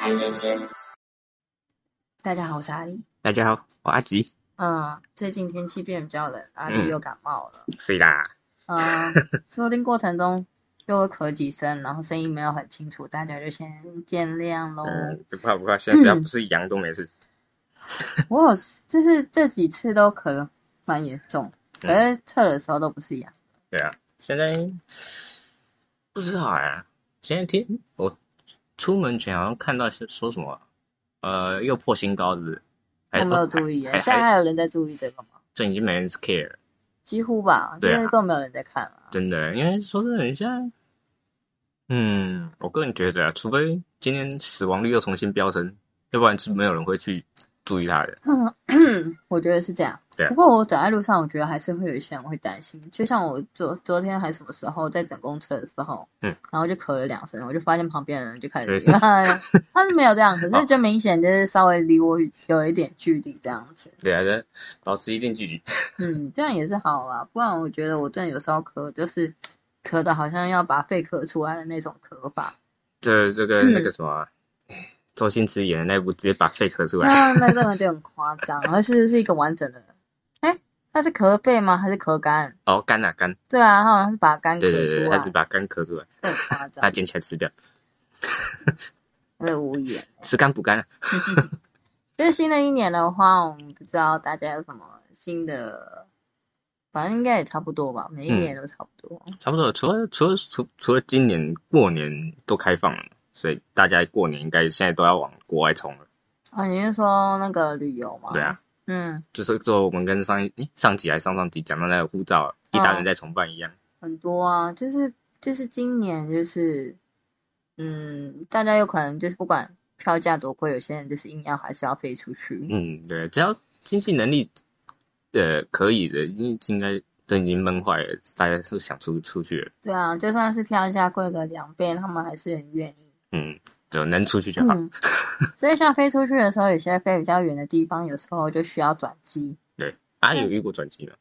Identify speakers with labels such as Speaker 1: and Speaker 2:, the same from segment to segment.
Speaker 1: 很认真。
Speaker 2: 大家好，我是阿丽。
Speaker 3: 大家好，我阿吉。
Speaker 2: 嗯，最近天气变比较冷，阿
Speaker 3: 嗯
Speaker 2: 丽又感冒了。
Speaker 3: 是啦，
Speaker 2: 嗯，说不定过程中又会咳几声，然后声音没有很清楚，大家就先见谅喽。
Speaker 3: 嗯，不怕不怕，现在只要不是羊都没事。
Speaker 2: 我有就是这几次都咳蛮严重，可是测的时候都不是一样。
Speaker 3: 嗯对啊，现在不知道啊。现在听我出门前好像看到是说什么，呃，又破新高，是不是？还哦
Speaker 2: 我没有注意耶，
Speaker 3: 还
Speaker 2: 现在
Speaker 3: 还
Speaker 2: 还有人在注意这个吗？
Speaker 3: 这已经没人 care，
Speaker 2: 几乎吧，因
Speaker 3: 对啊
Speaker 2: 为根本没有人在看了。
Speaker 3: 真的。因为说真的，现在，嗯，我个人觉得啊，除非今天死亡率又重新飙升，要不然是没有人会去注意它的。
Speaker 2: 我觉得是这样
Speaker 3: 对。啊
Speaker 2: 不过我走在路上，我觉得还是会有一些人会担心。就像我昨昨天还什么时候在等公车的时候，
Speaker 3: 嗯，
Speaker 2: 然后就咳了两声，我就发现旁边的人就开始
Speaker 3: 对，
Speaker 2: 哎他是没有这样，可
Speaker 3: 好
Speaker 2: 是就明显就是稍微离我有一点距离这样子。
Speaker 3: 对啊，保持一定距离。
Speaker 2: 嗯，这样也是好啦，不然我觉得我真的有时候咳就是咳的好像要把肺咳出来的那种咳 法，
Speaker 3: 这这个
Speaker 2: 嗯
Speaker 3: 那个什么啊，周星驰演的那部直接把肺咳出来，
Speaker 2: 那那真的就很夸张，而是是一个完整的。哎，他是咳肺吗？还是咳干？
Speaker 3: 哦，干啊干，
Speaker 2: 对啊，他好像是把干咳出
Speaker 3: 对
Speaker 2: 来。
Speaker 3: 对对，他是把干咳出来，
Speaker 2: 更 夸
Speaker 3: 他
Speaker 2: 张，
Speaker 3: 捡起来吃掉，
Speaker 2: 我也无言。
Speaker 3: 吃干补干啊。
Speaker 2: 就是新的一年的话，我们不知道大家有什么新的，反正应该也差不多吧，每一
Speaker 3: 嗯
Speaker 2: 年都差不多。
Speaker 3: 差不多，除了除了除除了今年过年都开放了，所以大家过年应该现在都要往国外冲了。
Speaker 2: 哦，你是说那个旅游吗？
Speaker 3: 对啊，，
Speaker 2: 嗯，
Speaker 3: 就是说我们跟上一诶上集还上上集讲到那个护照
Speaker 2: 嗯
Speaker 3: 一大人在重办一样，
Speaker 2: 很多啊，就是就是今年就是，嗯，大家有可能就是不管票价多贵，有些人就是硬要还是要飞出去。
Speaker 3: 嗯，对，只要经济能力呃可以的，应应该都已经闷坏了，大家都想出出去了，
Speaker 2: 对啊，就算是票价贵个两倍，他们还是很愿意。
Speaker 3: 嗯，就能出去就好。
Speaker 2: 嗯，所以像飞出去的时候，有些飞比较远的地方，有时候就需要转机。
Speaker 3: 啊，有遇过转机吗？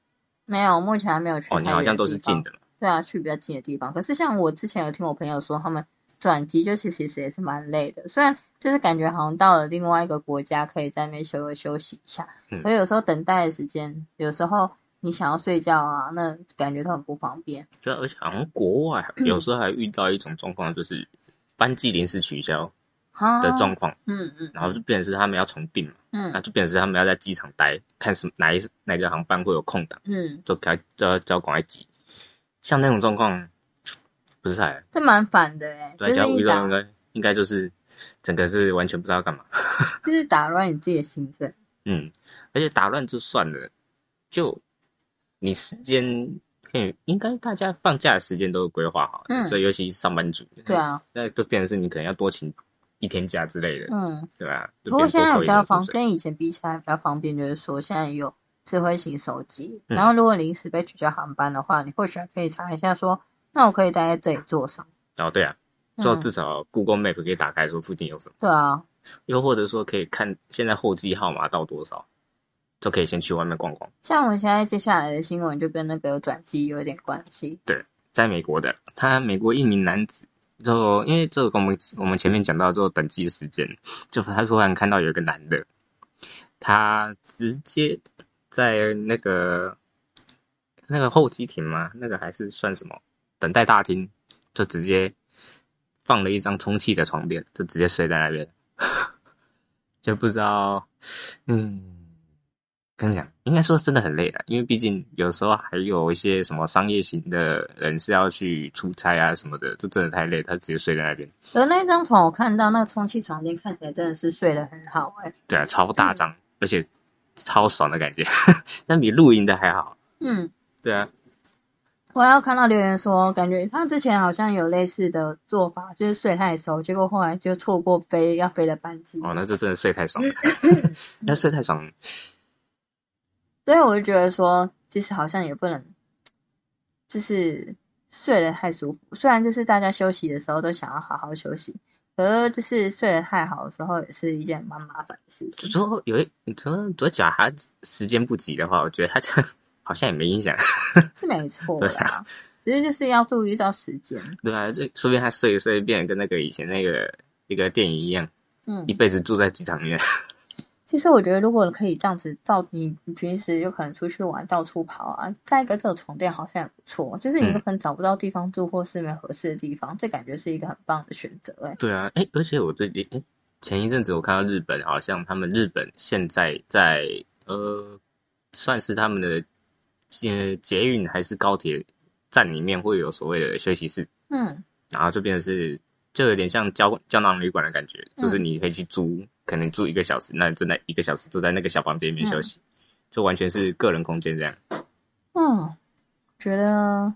Speaker 2: 没有，目前还没有去。
Speaker 3: 哦，你好像都是近。的嘛。
Speaker 2: 对啊，去比较近的地方。可是像我之前有听我朋友说，他们转机就是其实也是蛮累的，虽然就是感觉好像到了另外一个国家，可以在那边稍微休息一下。
Speaker 3: 嗯
Speaker 2: 可是有时候等待的时间，有时候你想要睡觉啊，那感觉都很不方便。
Speaker 3: 对啊，而且好像国外有时候还遇到一种状况，就是班机临时取消
Speaker 2: 哈
Speaker 3: 的状况，
Speaker 2: 嗯嗯
Speaker 3: 然后就变成是他们要重订嘛，那
Speaker 2: 嗯
Speaker 3: 就变成是他们要在机场待，看什么哪一哪个航班会有空档，
Speaker 2: 嗯，
Speaker 3: 就赶就要就要赶快挤。像那种状况，不是太
Speaker 2: 这蛮烦的哎、
Speaker 3: 对啊，
Speaker 2: 就
Speaker 3: 只要
Speaker 2: 是
Speaker 3: 遇
Speaker 2: 你
Speaker 3: 到应
Speaker 2: 打，
Speaker 3: 该应该就是整个是完全不知道干嘛。
Speaker 2: 就是打乱你自己的行程。
Speaker 3: 嗯，而且打乱就算了，就你时间，嗯，应该大家放假的时间都规划好了，
Speaker 2: 嗯
Speaker 3: 所以尤其是上班族，
Speaker 2: 对，啊，
Speaker 3: 那就变成是你可能要多请一天假之类的，
Speaker 2: 嗯。
Speaker 3: 对吧、就
Speaker 2: 不过
Speaker 3: 变
Speaker 2: 现在
Speaker 3: 成多扣
Speaker 2: 比
Speaker 3: 一
Speaker 2: 较
Speaker 3: 点薪
Speaker 2: 方，
Speaker 3: 水
Speaker 2: 跟以前比起来比较方便，就是说现在有智慧型手机，
Speaker 3: 嗯
Speaker 2: 然后如果临时被取消航班的话，你或许还可以查一下说，那我可以待在这里做什么？
Speaker 3: 哦，对啊，
Speaker 2: 嗯
Speaker 3: 就至少 Google Map 可以打开说附近有什么，
Speaker 2: 对啊，
Speaker 3: 又或者说可以看现在候机号码到多少，就可以先去外面逛逛。
Speaker 2: 像我们现在接下来的新闻就跟那个转机有一点关系。
Speaker 3: 在美国的，他美国一名男子，就因为这个跟我们我们前面讲到之后等机时间，就他突然看到有一个男的，他直接在那个那个候机亭嘛，那个还是算什么等待大厅，就直接放了一张充气的床垫，就直接睡在那边， 就不知道，嗯。跟你讲，应该说真的很累了，因为毕竟有时候还有一些什么商业型的人是要去出差啊什么的，这真的太累，他直接睡在那边。
Speaker 2: 而那张床我看到那个充气床垫看起来真的是睡得很好哎、
Speaker 3: 对啊，超大张，而且超爽的感觉， 但比露营的还好。
Speaker 2: 嗯，
Speaker 3: 对啊，
Speaker 2: 我还有看到留言说，感觉他之前好像有类似的做法，就是睡太熟，结果后来就错过飞要飞的班机。
Speaker 3: 哦，那这真的睡太爽了，那睡太爽，
Speaker 2: 所以我就觉得说，其实好像也不能，就是睡得太舒服。虽然就是大家休息的时候都想要好好休息，可是就是睡得太好的时候，也是一件蛮麻烦的事
Speaker 3: 就
Speaker 2: 情。
Speaker 3: 说有一，你说左脚他时间不急的话，我觉得他这好像也没影响。
Speaker 2: 是没错
Speaker 3: 对啊
Speaker 2: 啦，只是就是要注意到时间。
Speaker 3: 对啊，这说不定他睡一睡变得跟那个以前那个一个电影一样，
Speaker 2: 嗯
Speaker 3: 一辈子住在机场里面。
Speaker 2: 其实我觉得，如果可以这样子到你你平时有可能出去玩、到处跑啊，盖一个这种床垫好像也不错。就是
Speaker 3: 嗯
Speaker 2: 你有可能找不到地方住，或是没有合适的地方，这感觉是一个很棒的选择、欸。哎，
Speaker 3: 对啊，哎、而且我最近，哎、前一阵子我看到日本，好像他们日本现在在呃，算是他们的呃捷运还是高铁站里面会有所谓的休息室，
Speaker 2: 嗯
Speaker 3: 然后就变成是就有点像胶胶囊旅馆的感觉，就是
Speaker 2: 嗯
Speaker 3: 你可以去租，可能住一个小时，那你就那一个小时坐在那个小房间里面休息，就完全是个人空间这样。
Speaker 2: 嗯，觉得，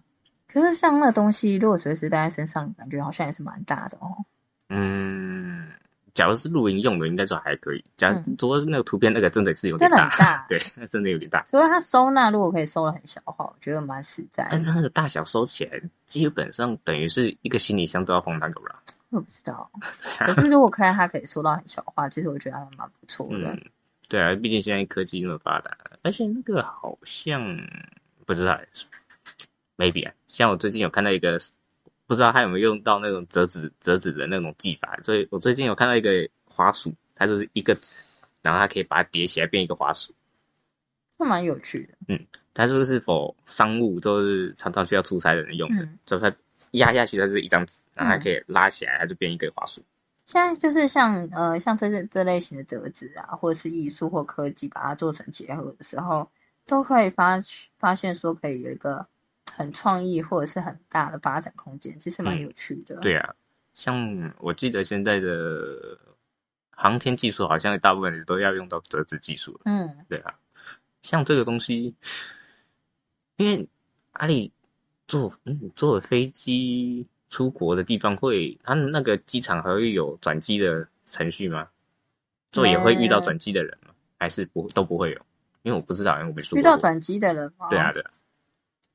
Speaker 2: 可是像那东西，如果随时带在身上，感觉好像也是蛮大的哦。
Speaker 3: 嗯，假如是露营用的，应该说还可以。假如
Speaker 2: 嗯
Speaker 3: 说那个图片那个真的是有点
Speaker 2: 真的很大
Speaker 3: 对， 那真的有点大。
Speaker 2: 除了它收纳，如果可以收的很小的话，我觉得蛮实在
Speaker 3: 按
Speaker 2: 的。
Speaker 3: 照那个大小收起来，基本上等于是一个行李箱都要放那个了。
Speaker 2: 我不知 道，可是如果看它可以收到很小的话，其实我觉得还蛮不错的。
Speaker 3: 嗯，对啊，毕竟现在科技那么发达，而且那个好像不知道欸，maybe 啊，像我最近有看到一个，不知道他有没有用到那种折纸折纸的那种技法，所以我最近有看到一个滑鼠，它就是一个纸，然后它可以把它叠起来变一个滑鼠。
Speaker 2: 那蛮有趣的。
Speaker 3: 它就是否商务都是常常需要出差的人用的，
Speaker 2: 嗯
Speaker 3: 就是它压下去它是一张纸，然后它可以拉起来，它就变一个滑鼠。
Speaker 2: 现在就是像呃像这些这类型的折纸啊，或者是艺术或科技，把它做成结合的时候，都会发发现说可以有一个很创意或者是很大的发展空间，其实蛮
Speaker 3: 嗯
Speaker 2: 有趣的。
Speaker 3: 对啊，像我记得现在的航天技术好像大部分人都要用到折纸技术了。
Speaker 2: 嗯，
Speaker 3: 对啊，像这个东西，因为阿里坐嗯坐飞机出国的地方会，它那个机场还会有转机的程序吗？坐也会遇到转机的人吗？还是不都不会有？因为我不知道，因为我没出
Speaker 2: 呃遇
Speaker 3: 过
Speaker 2: 到
Speaker 3: 国。
Speaker 2: 转机的人吗？
Speaker 3: 对啊，，对啊，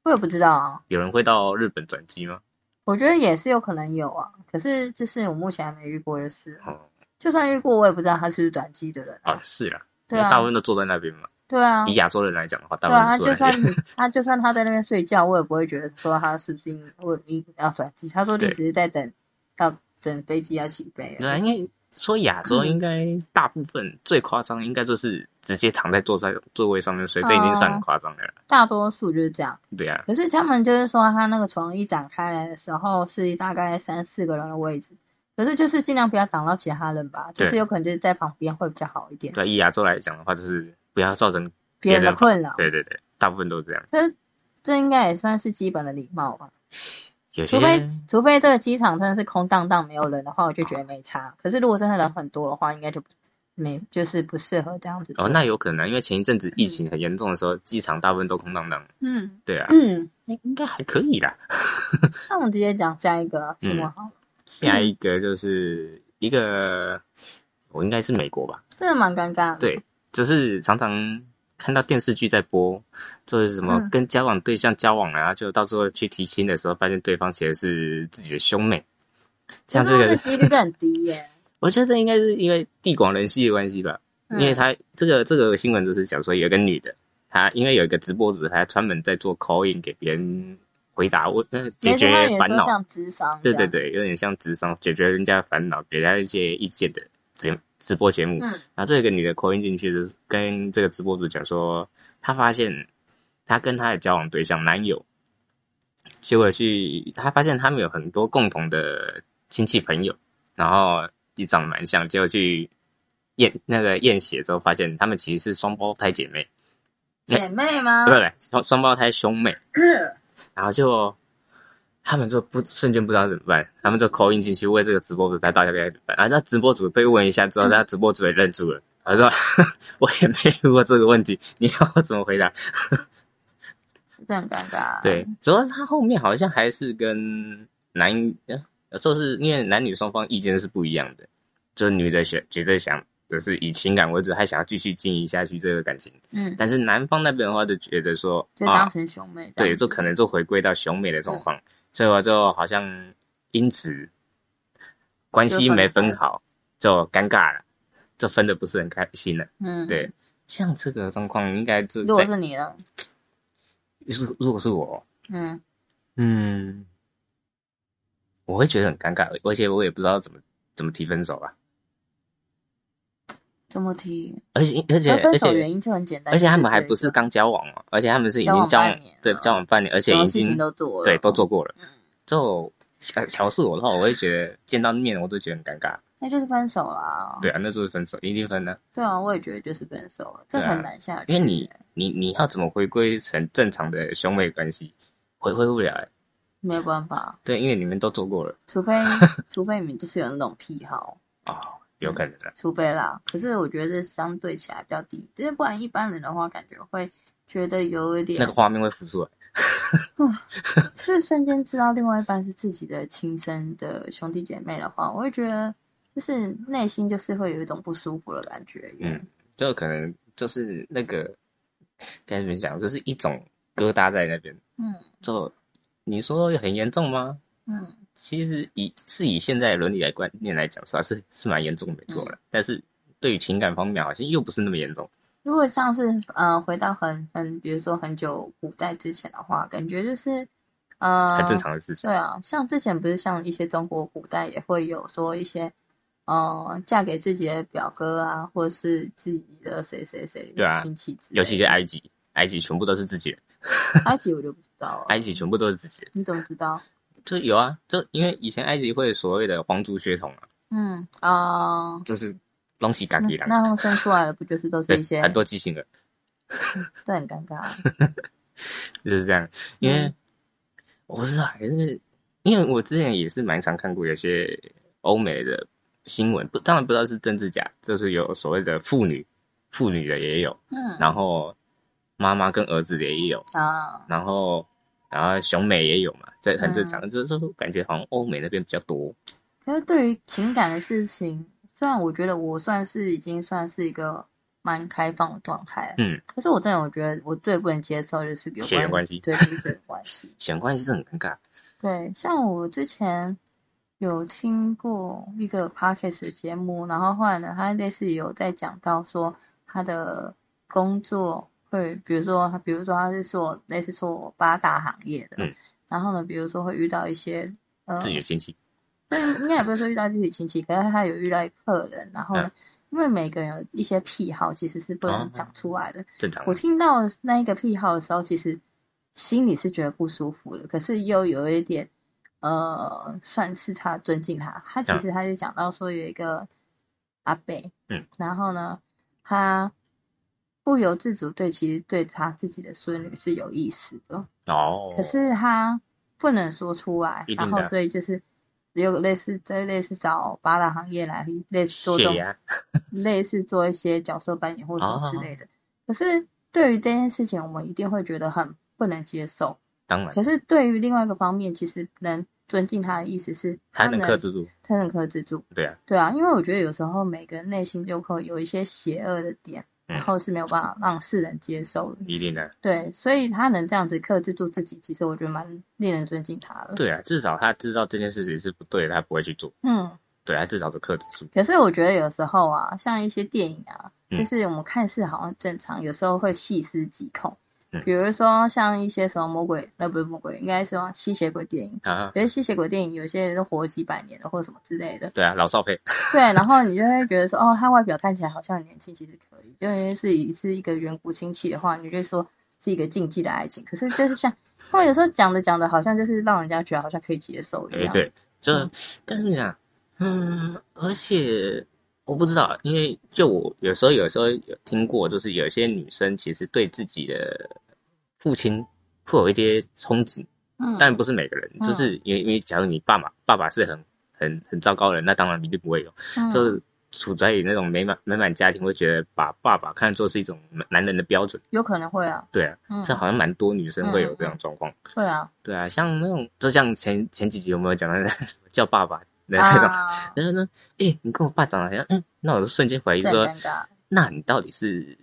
Speaker 2: 我也不知道啊，
Speaker 3: 有人会到日本转机吗？
Speaker 2: 我觉得也是有可能有啊，可是就是我目前还没遇过，就是了
Speaker 3: 哦，
Speaker 2: 就算遇过，我也不知道他是不是转机的人
Speaker 3: 啊
Speaker 2: 啊。
Speaker 3: 是啊，因
Speaker 2: 对
Speaker 3: 为
Speaker 2: 啊
Speaker 3: 大部分都坐在那边嘛。
Speaker 2: 对啊，
Speaker 3: 以亚洲人来讲的话，大
Speaker 2: 对
Speaker 3: 部
Speaker 2: 啊，
Speaker 3: 分
Speaker 2: 他就
Speaker 3: 都坐在那
Speaker 2: 算
Speaker 3: 边。
Speaker 2: 你，他就算他在那边睡觉，我也不会觉得说他是不是因为因要转机。他说你
Speaker 3: 对
Speaker 2: 只是在等，要等飞机要起飞
Speaker 3: 对啊，
Speaker 2: 而已。
Speaker 3: 因为说亚
Speaker 2: 嗯
Speaker 3: 洲应该大部分最夸张，应该就是直接躺在坐在座位上面睡，这已经
Speaker 2: 哦
Speaker 3: 算很夸张的了。
Speaker 2: 大多数就是这样。
Speaker 3: 对啊，
Speaker 2: 可是他们就是说，他那个床一展开来的时候是大概三四个人的位置，可是就是尽量不要挡到其他人吧，
Speaker 3: 对
Speaker 2: 就是有可能就是在旁边会比较好一点，
Speaker 3: 对啊以亚洲来讲的话，就是不要造成
Speaker 2: 别人的
Speaker 3: 烦
Speaker 2: 困扰。
Speaker 3: 对对对，大部分都是这样。
Speaker 2: 可是这应该也算是基本的礼貌吧。
Speaker 3: 有些
Speaker 2: 除非除非这个机场真的是空荡荡没有人的话，我就觉得没差。可是如果真的人很多的话，应该就不没就是不适合这样子做。
Speaker 3: 哦，那有可能，因为前一阵子疫情很严重的时候，机场大部分都空荡荡。
Speaker 2: 嗯
Speaker 3: 对啊，
Speaker 2: 嗯，
Speaker 3: 应应该还可以啦。
Speaker 2: 那我们直接讲下一个新闻
Speaker 3: 嗯
Speaker 2: 好了，
Speaker 3: 下
Speaker 2: 嗯
Speaker 3: 一个就是一个，我应该是美国吧？
Speaker 2: 真的蛮尴尬的。
Speaker 3: 对，就是常常看到电视剧在播，就是什么
Speaker 2: 嗯
Speaker 3: 跟交往对象交往啊，就到时候去提亲的时候，发现对方其实是自己的兄妹。像
Speaker 2: 可
Speaker 3: 这
Speaker 2: 是他
Speaker 3: 个
Speaker 2: 的，几率真的很低耶。
Speaker 3: 我觉得这应该是因为地广人稀的关系吧，因
Speaker 2: 嗯
Speaker 3: 为他这个这个新闻就是想说有一个女的，她因为有一个直播主，她专门在做 call in 给别人回答问，呃解
Speaker 2: 没事，
Speaker 3: 决
Speaker 2: 他也
Speaker 3: 烦
Speaker 2: 说
Speaker 3: 恼。
Speaker 2: 像智商这
Speaker 3: 对
Speaker 2: 样。
Speaker 3: 对对，有点像智商解决人家的烦恼，给他一些意见的直直播节目。
Speaker 2: 嗯
Speaker 3: 然后这个女的口音进去，就是跟这个直播主讲说，她发现她跟她的交往对象男友，结果去她发现他们有很多共同的亲戚朋友，然后也长得蛮像，结果去验那个验血之后，发现他们其实是双胞胎姐妹，
Speaker 2: 姐妹吗
Speaker 3: 不？对，双双胞胎兄妹。然后就他们就不瞬间不知道怎么办，他们就口音进去问这个直播主他到底该怎么办。然后那直播主被问一下之后，那直播主也愣住了，他说：“ 我也没遇过这个问题，你要我怎么回答
Speaker 2: 真的很尴尬。？”
Speaker 3: 对，主要是他后面好像还是跟男，呃就是因为男女双方意见是不一样的，就是女的想觉得想就是以情感为主，还想要继续经营下去这个感情，
Speaker 2: 嗯，
Speaker 3: 但是男方那边的话就觉得说
Speaker 2: 就
Speaker 3: 啊
Speaker 2: 当。成兄妹这
Speaker 3: 对，
Speaker 2: 样子。嗯
Speaker 3: 就可能就回归到熊美的状况，所以我就好像因此关系没分好，就尴尬了，就分的不是很开心了。
Speaker 2: 嗯，
Speaker 3: 对，像这个状况，应该就
Speaker 2: 如果
Speaker 3: 在
Speaker 2: 是你呢？
Speaker 3: 如如果是我，
Speaker 2: 嗯，
Speaker 3: 嗯，啊我会觉得很尴尬，而且我也不知道怎么怎么提分手吧。
Speaker 2: 怎么提？
Speaker 3: 而且而且
Speaker 2: 而呃分
Speaker 3: 而
Speaker 2: 手
Speaker 3: 且
Speaker 2: 原因就很简单，
Speaker 3: 而且他
Speaker 2: 就是
Speaker 3: 们还
Speaker 2: 这
Speaker 3: 不是
Speaker 2: 个
Speaker 3: 刚交往哦，而且他们是已
Speaker 2: 交
Speaker 3: 经
Speaker 2: 往
Speaker 3: 交
Speaker 2: 半
Speaker 3: 往
Speaker 2: 年
Speaker 3: 对
Speaker 2: 了
Speaker 3: 交往半年，而且
Speaker 2: 什么
Speaker 3: 已
Speaker 2: 事
Speaker 3: 经
Speaker 2: 情都做了，
Speaker 3: 对都做过了
Speaker 2: 嗯。
Speaker 3: 就小小事我的话，我会觉得见到面我都觉得很尴尬。
Speaker 2: 那就是分手啦。
Speaker 3: 对啊，那就是分手，一定分的、
Speaker 2: 对啊，我也觉得就是分手了，这
Speaker 3: 对啊
Speaker 2: 很难下去、
Speaker 3: 因为你你你要怎么回归成正常的兄妹关系，回归不了、欸。
Speaker 2: 没有办法，
Speaker 3: 对，因为你们都做过了
Speaker 2: 除 非除非你们就是有那种癖好，
Speaker 3: 哦，有可能的。
Speaker 2: 除非啦。可是我觉得这相对起来比较低，就是不然一般人的话，感觉会觉得有一点
Speaker 3: 那个画面会浮出来。
Speaker 2: 是瞬间知道另外一半是自己的亲生的兄弟姐妹的话，我会觉得就是内心就是会有一种不舒服的感觉。
Speaker 3: 嗯，就可能就是那个该怎么讲，就是一种疙瘩在那边。
Speaker 2: 嗯
Speaker 3: 就你说很严重吗？
Speaker 2: 嗯，
Speaker 3: 其实以是以现在的伦理来观念来讲，算是是蛮严重的，没错了。
Speaker 2: 嗯
Speaker 3: 但是对于情感方面，好像又不是那么严重。
Speaker 2: 如果像是呃回到很很比如说很久古代之前的话，感觉就是呃
Speaker 3: 很正常的事情。
Speaker 2: 对啊，像之前不是像一些中国古代也会有说一些，呃，嫁给自己的表哥啊，或者是自己的谁谁谁
Speaker 3: 对啊
Speaker 2: 亲戚之类的，
Speaker 3: 尤其是埃及，埃及全部都是自己人，
Speaker 2: 埃及我就不知道了，
Speaker 3: 埃及全部都是自己人。
Speaker 2: 你怎么知道？
Speaker 3: 就有啊，就因为以前埃及会有所谓的皇族血统啊，
Speaker 2: 嗯啊、
Speaker 3: 就是东西嘎
Speaker 2: 那
Speaker 3: 给狼，
Speaker 2: 那后生出来的不就是都是
Speaker 3: 对
Speaker 2: 一，些
Speaker 3: 很多畸形儿
Speaker 2: 这很尴尬，
Speaker 3: 就是这样。因为、
Speaker 2: 嗯
Speaker 3: 我不知道，还是因为我之前也是蛮常看过有些欧美的新闻，不当然不知道是真是假，就是有所谓的妇女，妇女的也有，
Speaker 2: 嗯
Speaker 3: 然后妈妈跟儿子的也有，
Speaker 2: 啊，
Speaker 3: 然后然后熊美也有嘛，这很正
Speaker 2: 嗯
Speaker 3: 常。就是我感觉好像欧美那边比较多，
Speaker 2: 可是对于情感的事情，虽然我觉得我算是已经算是一个蛮开放的状态了，
Speaker 3: 嗯，
Speaker 2: 可是我真的我觉得我最不能接受就是有
Speaker 3: 血缘
Speaker 2: 关
Speaker 3: 关系
Speaker 2: 对对对关系。
Speaker 3: 显关系是很尴尬。
Speaker 2: 对，像我之前有听过一个 podcast 的节目，然后后来呢，他类似有在讲到说他的工作会，比如说他，比如说他是做类似做八大行业的，
Speaker 3: 嗯
Speaker 2: 然后呢，比如说会遇到一些呃，
Speaker 3: 自己的亲戚，
Speaker 2: 对， 应该也不是说遇到自己亲戚，可是他有遇到客人，然后呢，因为每个人有一些癖好，其实是不能
Speaker 3: 嗯哦
Speaker 2: 讲出来的，
Speaker 3: 正常
Speaker 2: 我听到那一个癖好的时候，其实心里是觉得不舒服的，可是又有一点，呃，算是他尊敬他。他其实他就讲到说有一个阿贝，
Speaker 3: 嗯，
Speaker 2: 然后呢，他不由自主对其实对他自己的孙女是有意思的，
Speaker 3: 哦。
Speaker 2: 可是他不能说出来
Speaker 3: 一，定
Speaker 2: 然
Speaker 3: 的
Speaker 2: 后所以就是。有类似在类似找八大行业来类似做这种
Speaker 3: 血啊压
Speaker 2: 类似做一些角色扮演或什么之类的。可是对于这件事情，我们一定会觉得很不能接受。
Speaker 3: 当然
Speaker 2: 可是对于另外一个方面，其实能尊敬他的意思是，
Speaker 3: 还
Speaker 2: 他
Speaker 3: 能克，制住，
Speaker 2: 他能克制住。
Speaker 3: 对啊，
Speaker 2: 对啊，因为我觉得有时候每个人内心就会有一些邪恶的点，
Speaker 3: 嗯
Speaker 2: 然后是没有办法让世人接受的。
Speaker 3: 一定的，
Speaker 2: 对，所以他能这样子克制住自己，其实我觉得蛮令人尊敬他的。，
Speaker 3: 对啊，至少他知道这件事情是不对的，他不会去做，
Speaker 2: 嗯。
Speaker 3: 对啊，至少是克制住，
Speaker 2: 可是我觉得有时候啊，像一些电影啊，
Speaker 3: 嗯
Speaker 2: 就是我们看似好像正常，有时候会细思极恐。
Speaker 3: 嗯
Speaker 2: 比如说像一些什么魔鬼，呃那不是魔鬼，应该是说吸血鬼电影。
Speaker 3: 啊，
Speaker 2: 有些吸血鬼电影，有些人都活几百年了，或什么之类的。
Speaker 3: 对啊，老少配，
Speaker 2: 对，然后你就会觉得说，哦，他外表看起来好像很年轻，其实可以。就因为是一是一个远古亲戚的话，你就会说是一个禁忌的爱情。可是就是像他们有时候讲着讲着，好像就是让人家觉得好像可以接受一
Speaker 3: 哎，
Speaker 2: 样。
Speaker 3: 对，这
Speaker 2: 嗯
Speaker 3: 但是讲，嗯，而且我不知道，因为就我有时候有时候有听过，就是有些女生其实对自己的父亲会有一些憧憬，
Speaker 2: 嗯，
Speaker 3: 但不是每个人，
Speaker 2: 嗯
Speaker 3: 就是因为因为假如你爸爸爸爸是很很很糟糕的人，那当然一定不会有。
Speaker 2: 嗯
Speaker 3: 就是处在于那种美满美满家庭，会觉得把爸爸看作是一种男人的标准。
Speaker 2: 有可能会啊，
Speaker 3: 对啊，
Speaker 2: 嗯，
Speaker 3: 这好像蛮多女生会有这种状况。
Speaker 2: 会啊，
Speaker 3: 对啊，像那种就像前前几集有没有讲到那什么叫爸爸的那种？
Speaker 2: 啊，
Speaker 3: 然后呢，诶，你跟我爸长得很像，嗯，那我就瞬间怀疑
Speaker 2: 这很
Speaker 3: 说
Speaker 2: 尴，尬。
Speaker 3: 那你到底是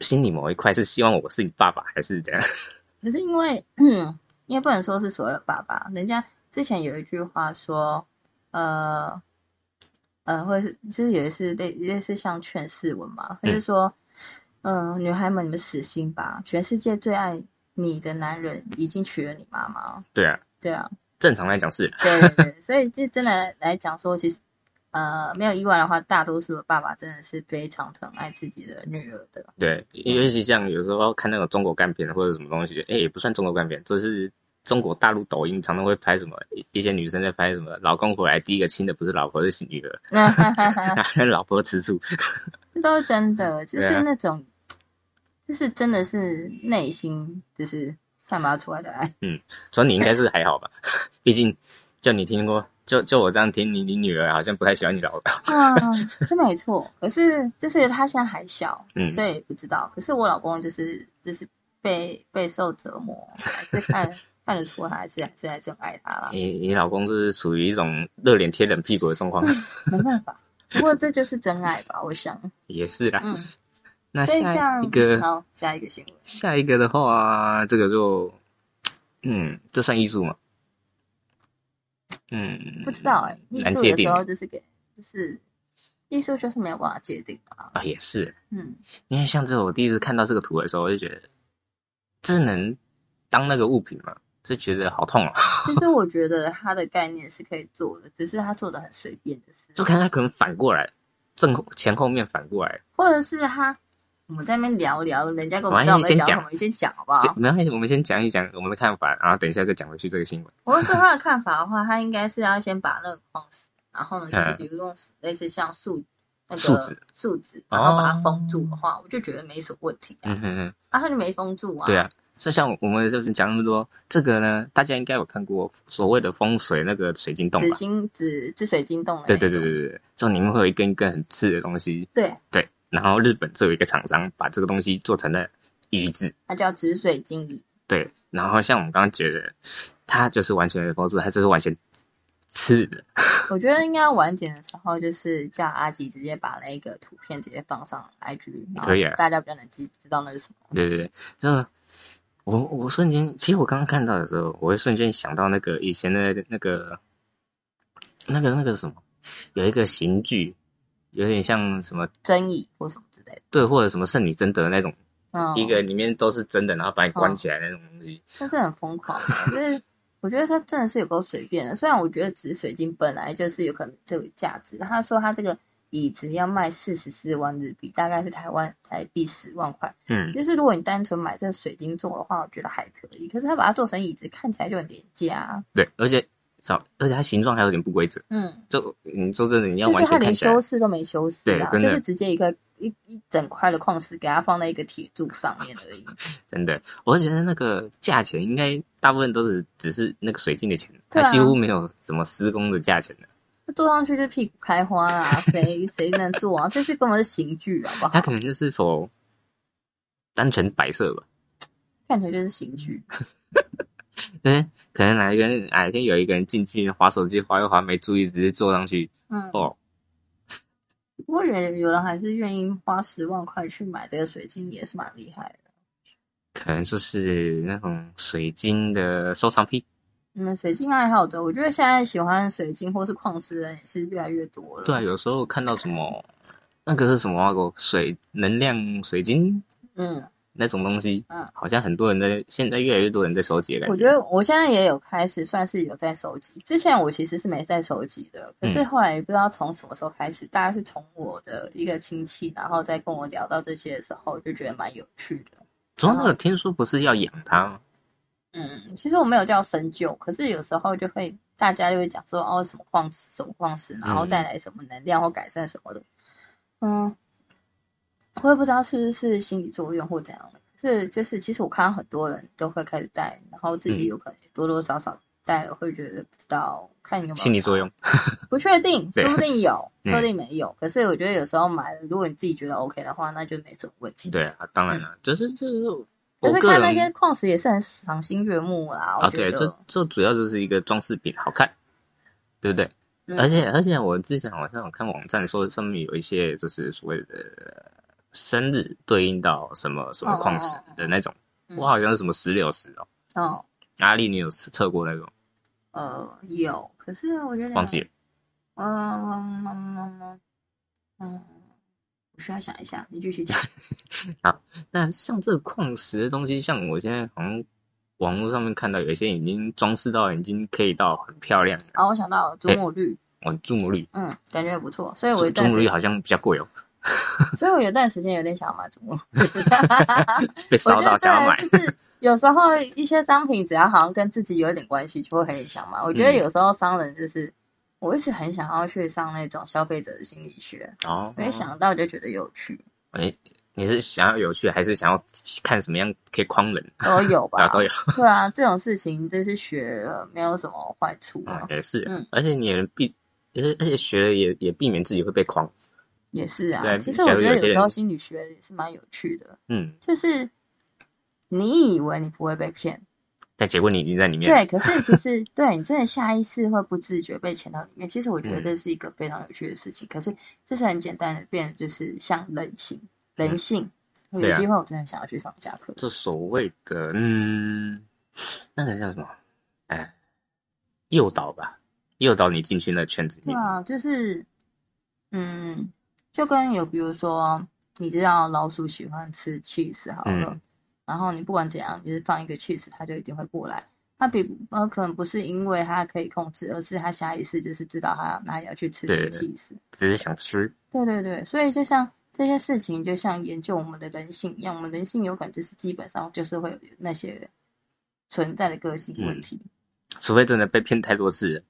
Speaker 3: 心里某一块是希望我是你爸爸，还是怎样？
Speaker 2: 可是因为， 因为不能说是所有的爸爸，人家之前有一句话说，呃，呃，或者是就是有一次类类似像劝世文嘛，他就
Speaker 3: 嗯
Speaker 2: 说，嗯、女孩们你们死心吧，全世界最爱你的男人已经娶了你妈妈了。
Speaker 3: 对啊，
Speaker 2: 对啊，
Speaker 3: 正常来讲是
Speaker 2: 对对对，所以就真的来讲说，其实呃没有意外的话，大多数的爸爸真的是非常疼爱自己的女儿的。
Speaker 3: 对，尤其像有时候看那种中国干片或者什么东西，哎、也不算中国干片，就是中国大陆抖音常常会拍什么一一些女生在拍什么，老公回来第一个亲的不是老婆是女儿， 老婆吃醋，
Speaker 2: 这都是真的，就
Speaker 3: 对啊
Speaker 2: 是那种，就是真的是内心就是散发出来的 爱。
Speaker 3: 所以你应该是还好吧？ 毕竟就你听过，就就我这样听你，你女儿好像不太喜欢你老爸。
Speaker 2: 哇，是没错。可是就是他现在还小，
Speaker 3: 嗯
Speaker 2: 所以不知道。可是我老公就是就是被备受折磨，还是看看得出来，还是还是还是很爱他啦，
Speaker 3: 你你老公是属于一种热脸贴冷屁股的状况，
Speaker 2: 没办法。不过这就是真爱吧，我想。
Speaker 3: 也是啦。
Speaker 2: 嗯，
Speaker 3: 那
Speaker 2: 所以
Speaker 3: 下
Speaker 2: 像
Speaker 3: 一个
Speaker 2: 好下一个新闻，
Speaker 3: 下一个的话，这个就，嗯，这算艺术吗？嗯，
Speaker 2: 不知道哎、艺
Speaker 3: 难
Speaker 2: 术
Speaker 3: 界
Speaker 2: 有
Speaker 3: 定欸
Speaker 2: 时候就是给就是艺术就是没有办法界定啊。
Speaker 3: 啊，也是，
Speaker 2: 嗯，
Speaker 3: 因为像这我第一次看到这个图的时候，我就觉得，这能当那个物品吗？就觉得好痛哦，
Speaker 2: 其实我觉得他的概念是可以做的，只是他做的很随便的事
Speaker 3: 就看它可能反过来，正后前后面反过来。
Speaker 2: 或者是他我们在那边聊聊，人家跟我
Speaker 3: 好
Speaker 2: 们知道我
Speaker 3: 你
Speaker 2: 们
Speaker 3: 先
Speaker 2: 在讲
Speaker 3: 讲
Speaker 2: 什么，你先讲好不好
Speaker 3: 先？没关系，我们先讲一讲我们的看法，然后等一下再讲回去这个新闻。
Speaker 2: 我要说他的看法的话，他应该是要先把那个框死，然后呢，就是
Speaker 3: 嗯
Speaker 2: 比如用类似像树那
Speaker 3: 树
Speaker 2: 个
Speaker 3: 脂哦
Speaker 2: 树脂，然后把它封住的话，我就觉得没什么问题啊。
Speaker 3: 嗯哼哼，
Speaker 2: 啊，他就没封住啊。
Speaker 3: 对啊。所以像我们就是讲那么多，这个呢，大家应该有看过所谓的风水那个水晶洞
Speaker 2: 紫
Speaker 3: 吧？
Speaker 2: 心紫紫水晶洞的那
Speaker 3: 对
Speaker 2: 种。
Speaker 3: 对对对对，就里面会有一根一根很刺的东西，
Speaker 2: 对，
Speaker 3: 对。然后日本这有一个厂商把这个东西做成了椅子，
Speaker 2: 它叫紫水晶仪。
Speaker 3: 对。然后像我们刚刚觉得，它就是完全没风水，它就是完全刺的，
Speaker 2: 我觉得应该晚点的时候，就是叫阿吉直接把那个图片直接放上 IG，然
Speaker 3: 可以啊
Speaker 2: 后大家比较能记知道那是什么。
Speaker 3: 对对对。这我我瞬间，其实我刚刚看到的时候，我会瞬间想到那个以前的那个那个那个什么，有一个刑具，有点像什么
Speaker 2: 争议或什么之类的。
Speaker 3: 对或者什么圣女贞德那种，
Speaker 2: 嗯，
Speaker 3: 一个里面都是真的，然后把你
Speaker 2: 哦
Speaker 3: 关起来那种东西。
Speaker 2: 但是很疯狂，就是我觉得他真的是有够随便的。虽然我觉得紫水晶本来就是有可能这个价值，他说他这个椅子要卖四十四万日币，大概是台湾台币十万块。
Speaker 3: 嗯，
Speaker 2: 就是如果你单纯买这个水晶做的话，我觉得还可以。可是他把它做成椅子，看起来就很廉价啊。
Speaker 3: 对，而且找，而且它形状还有点不规则。
Speaker 2: 嗯，
Speaker 3: 就你说真的，你要
Speaker 2: 就是
Speaker 3: 完
Speaker 2: 他
Speaker 3: 全
Speaker 2: 连
Speaker 3: 看起来
Speaker 2: 修，饰都没修饰啊，
Speaker 3: 对真的
Speaker 2: 就是直接一个一一整块的矿石给它放在一个铁柱上面而已。
Speaker 3: 真的，我觉得那个价钱应该大部分都是只是那个水晶的钱，它
Speaker 2: 对啊
Speaker 3: 几乎没有什么施工的价钱的。
Speaker 2: 那坐上去就屁股开花 啦，谁谁能坐啊？这是根本是刑具，好不
Speaker 3: 它
Speaker 2: 好？
Speaker 3: 可能就是否单纯摆设吧，
Speaker 2: 看起来就是刑具。
Speaker 3: 因为可能哪一个人哪一天有一个人进去划手机划一划没注意，直接坐上去
Speaker 2: 嗯，
Speaker 3: 哦，
Speaker 2: 不过有人有人还是愿意花十万块去买这个水晶，也是蛮厉害的。
Speaker 3: 可能就是那种水晶的收藏品。
Speaker 2: 你们嗯水晶爱好者，我觉得现在喜欢水晶或是矿石的人也是越来越多了。
Speaker 3: 对啊，有时候看到什么那个是什么啊狗水能量水晶
Speaker 2: 嗯，
Speaker 3: 那种东西，
Speaker 2: 嗯，
Speaker 3: 好像很多人在现在越来越多人在收集的感
Speaker 2: 我觉得我现在也有开始算是有在收集，之前我其实是没在收集的，可是
Speaker 3: 嗯
Speaker 2: 后来也不知道从什么时候开始，大概是从我的一个亲戚，然后再跟我聊到这些的时候，我就觉得蛮有趣的。
Speaker 3: 主要那个听说不是要养它吗？
Speaker 2: 嗯，其实我没有叫深究，可是有时候就会大家就会讲说哦什么矿石什么矿石，然
Speaker 3: 嗯
Speaker 2: 后带来什么能量或改善什么的，嗯，我也不知道是不是心理作用或怎样的，可是就是其实我看到很多人都会开始带，然后自己
Speaker 3: 嗯
Speaker 2: 有可能也多多少少带了，会觉得不知道看有没有
Speaker 3: 心理作
Speaker 2: 差
Speaker 3: 用，
Speaker 2: 不确定，
Speaker 3: 对
Speaker 2: 说不 定有，
Speaker 3: 嗯
Speaker 2: 说不定没有。可是我觉得有时候买了，如果你自己觉得 OK 的话，那就没什么问题。
Speaker 3: 对啊，当然了，就是就是我
Speaker 2: 可是
Speaker 3: 个
Speaker 2: 看那些
Speaker 3: 人
Speaker 2: 矿石也是很赏心悦目啦，
Speaker 3: 啊，
Speaker 2: 我觉
Speaker 3: 对，
Speaker 2: 得。
Speaker 3: 这这主要就是一个装饰品，好看，对不对？
Speaker 2: 嗯
Speaker 3: 而且而且我之前好像有看网站说上面有一些就是所谓的生日对应到什么什么矿石的那种，
Speaker 2: 哦嗯
Speaker 3: 我好像是什么石榴石哦，
Speaker 2: 哦，
Speaker 3: 阿丽你有测过那个？
Speaker 2: 呃，有，可是我觉得
Speaker 3: 忘记了，
Speaker 2: 嗯嗯嗯嗯嗯嗯，我需要想一下，你继续讲。啊
Speaker 3: 那像这个矿石的东西，像我现在好像网络上面看到有一些已经装饰到已经可以到很漂亮了，
Speaker 2: 哦然后我想到了祖母绿，
Speaker 3: 哦，注目率，
Speaker 2: 嗯，感觉也不错，所以我
Speaker 3: 注
Speaker 2: 一
Speaker 3: 注
Speaker 2: 段
Speaker 3: 目
Speaker 2: 时
Speaker 3: 率好像比较贵哦，
Speaker 2: 所以我有段时间有点想要买中 国，
Speaker 3: 被
Speaker 2: 我
Speaker 3: 烧
Speaker 2: 觉
Speaker 3: 到
Speaker 2: 得
Speaker 3: 想要
Speaker 2: 对，
Speaker 3: 买，
Speaker 2: 就是 有时候一些商品只要好像跟自己有一点关系，就会很想买。我觉得
Speaker 3: 嗯
Speaker 2: 有时候商人就是，我一直很想要去上那种消费者的心理学，
Speaker 3: 哦，
Speaker 2: 没想到就觉得有趣，
Speaker 3: 哎，你是想要有趣，还是想要看什么样可以诓人？
Speaker 2: 都 有
Speaker 3: 啊，
Speaker 2: 吧？
Speaker 3: 都有，
Speaker 2: 对啊，这种事情就是学了没有什么坏处啊
Speaker 3: 啊，，也是，
Speaker 2: 嗯
Speaker 3: 而且你也避，而且而且学了也也避免自己会被诓，
Speaker 2: 也是啊。
Speaker 3: 对
Speaker 2: 其实我觉
Speaker 3: 假如
Speaker 2: 得
Speaker 3: 有些
Speaker 2: 有时候
Speaker 3: 人
Speaker 2: 心理学也是蛮有趣的，
Speaker 3: 嗯，
Speaker 2: 就是你以为你不会被骗，
Speaker 3: 但结果你已经在里面，
Speaker 2: 对，可是其实对你真的下意识会不自觉被潜到里面。其实我觉得
Speaker 3: 嗯
Speaker 2: 这是一个非常有趣的事情，可是这是很简单的变，就是像人性，人
Speaker 3: 嗯
Speaker 2: 性。我
Speaker 3: 对
Speaker 2: 有
Speaker 3: 啊
Speaker 2: 机会我真的想要去上一下课。
Speaker 3: 这所谓的嗯，那个叫什么？哎，诱导吧，诱导你进去那圈子里
Speaker 2: 对
Speaker 3: 面。
Speaker 2: 啊，就是嗯，就跟有比如说，你知道老鼠喜欢吃 cheese 好了，
Speaker 3: 嗯
Speaker 2: 然后你不管怎样，你就是放一个 cheese，它就一定会过来。它比呃可能不是因为它可以控制，而是它下意识就是知道它哪里要去吃这个
Speaker 3: 对
Speaker 2: cheese。
Speaker 3: 只是想吃，
Speaker 2: 对对对，所以就像这些事情，就像研究我们的人性一样，我们人性有可能就是基本上就是会有那些存在的个性
Speaker 3: 嗯
Speaker 2: 问题，
Speaker 3: 除非真的被骗太多次了。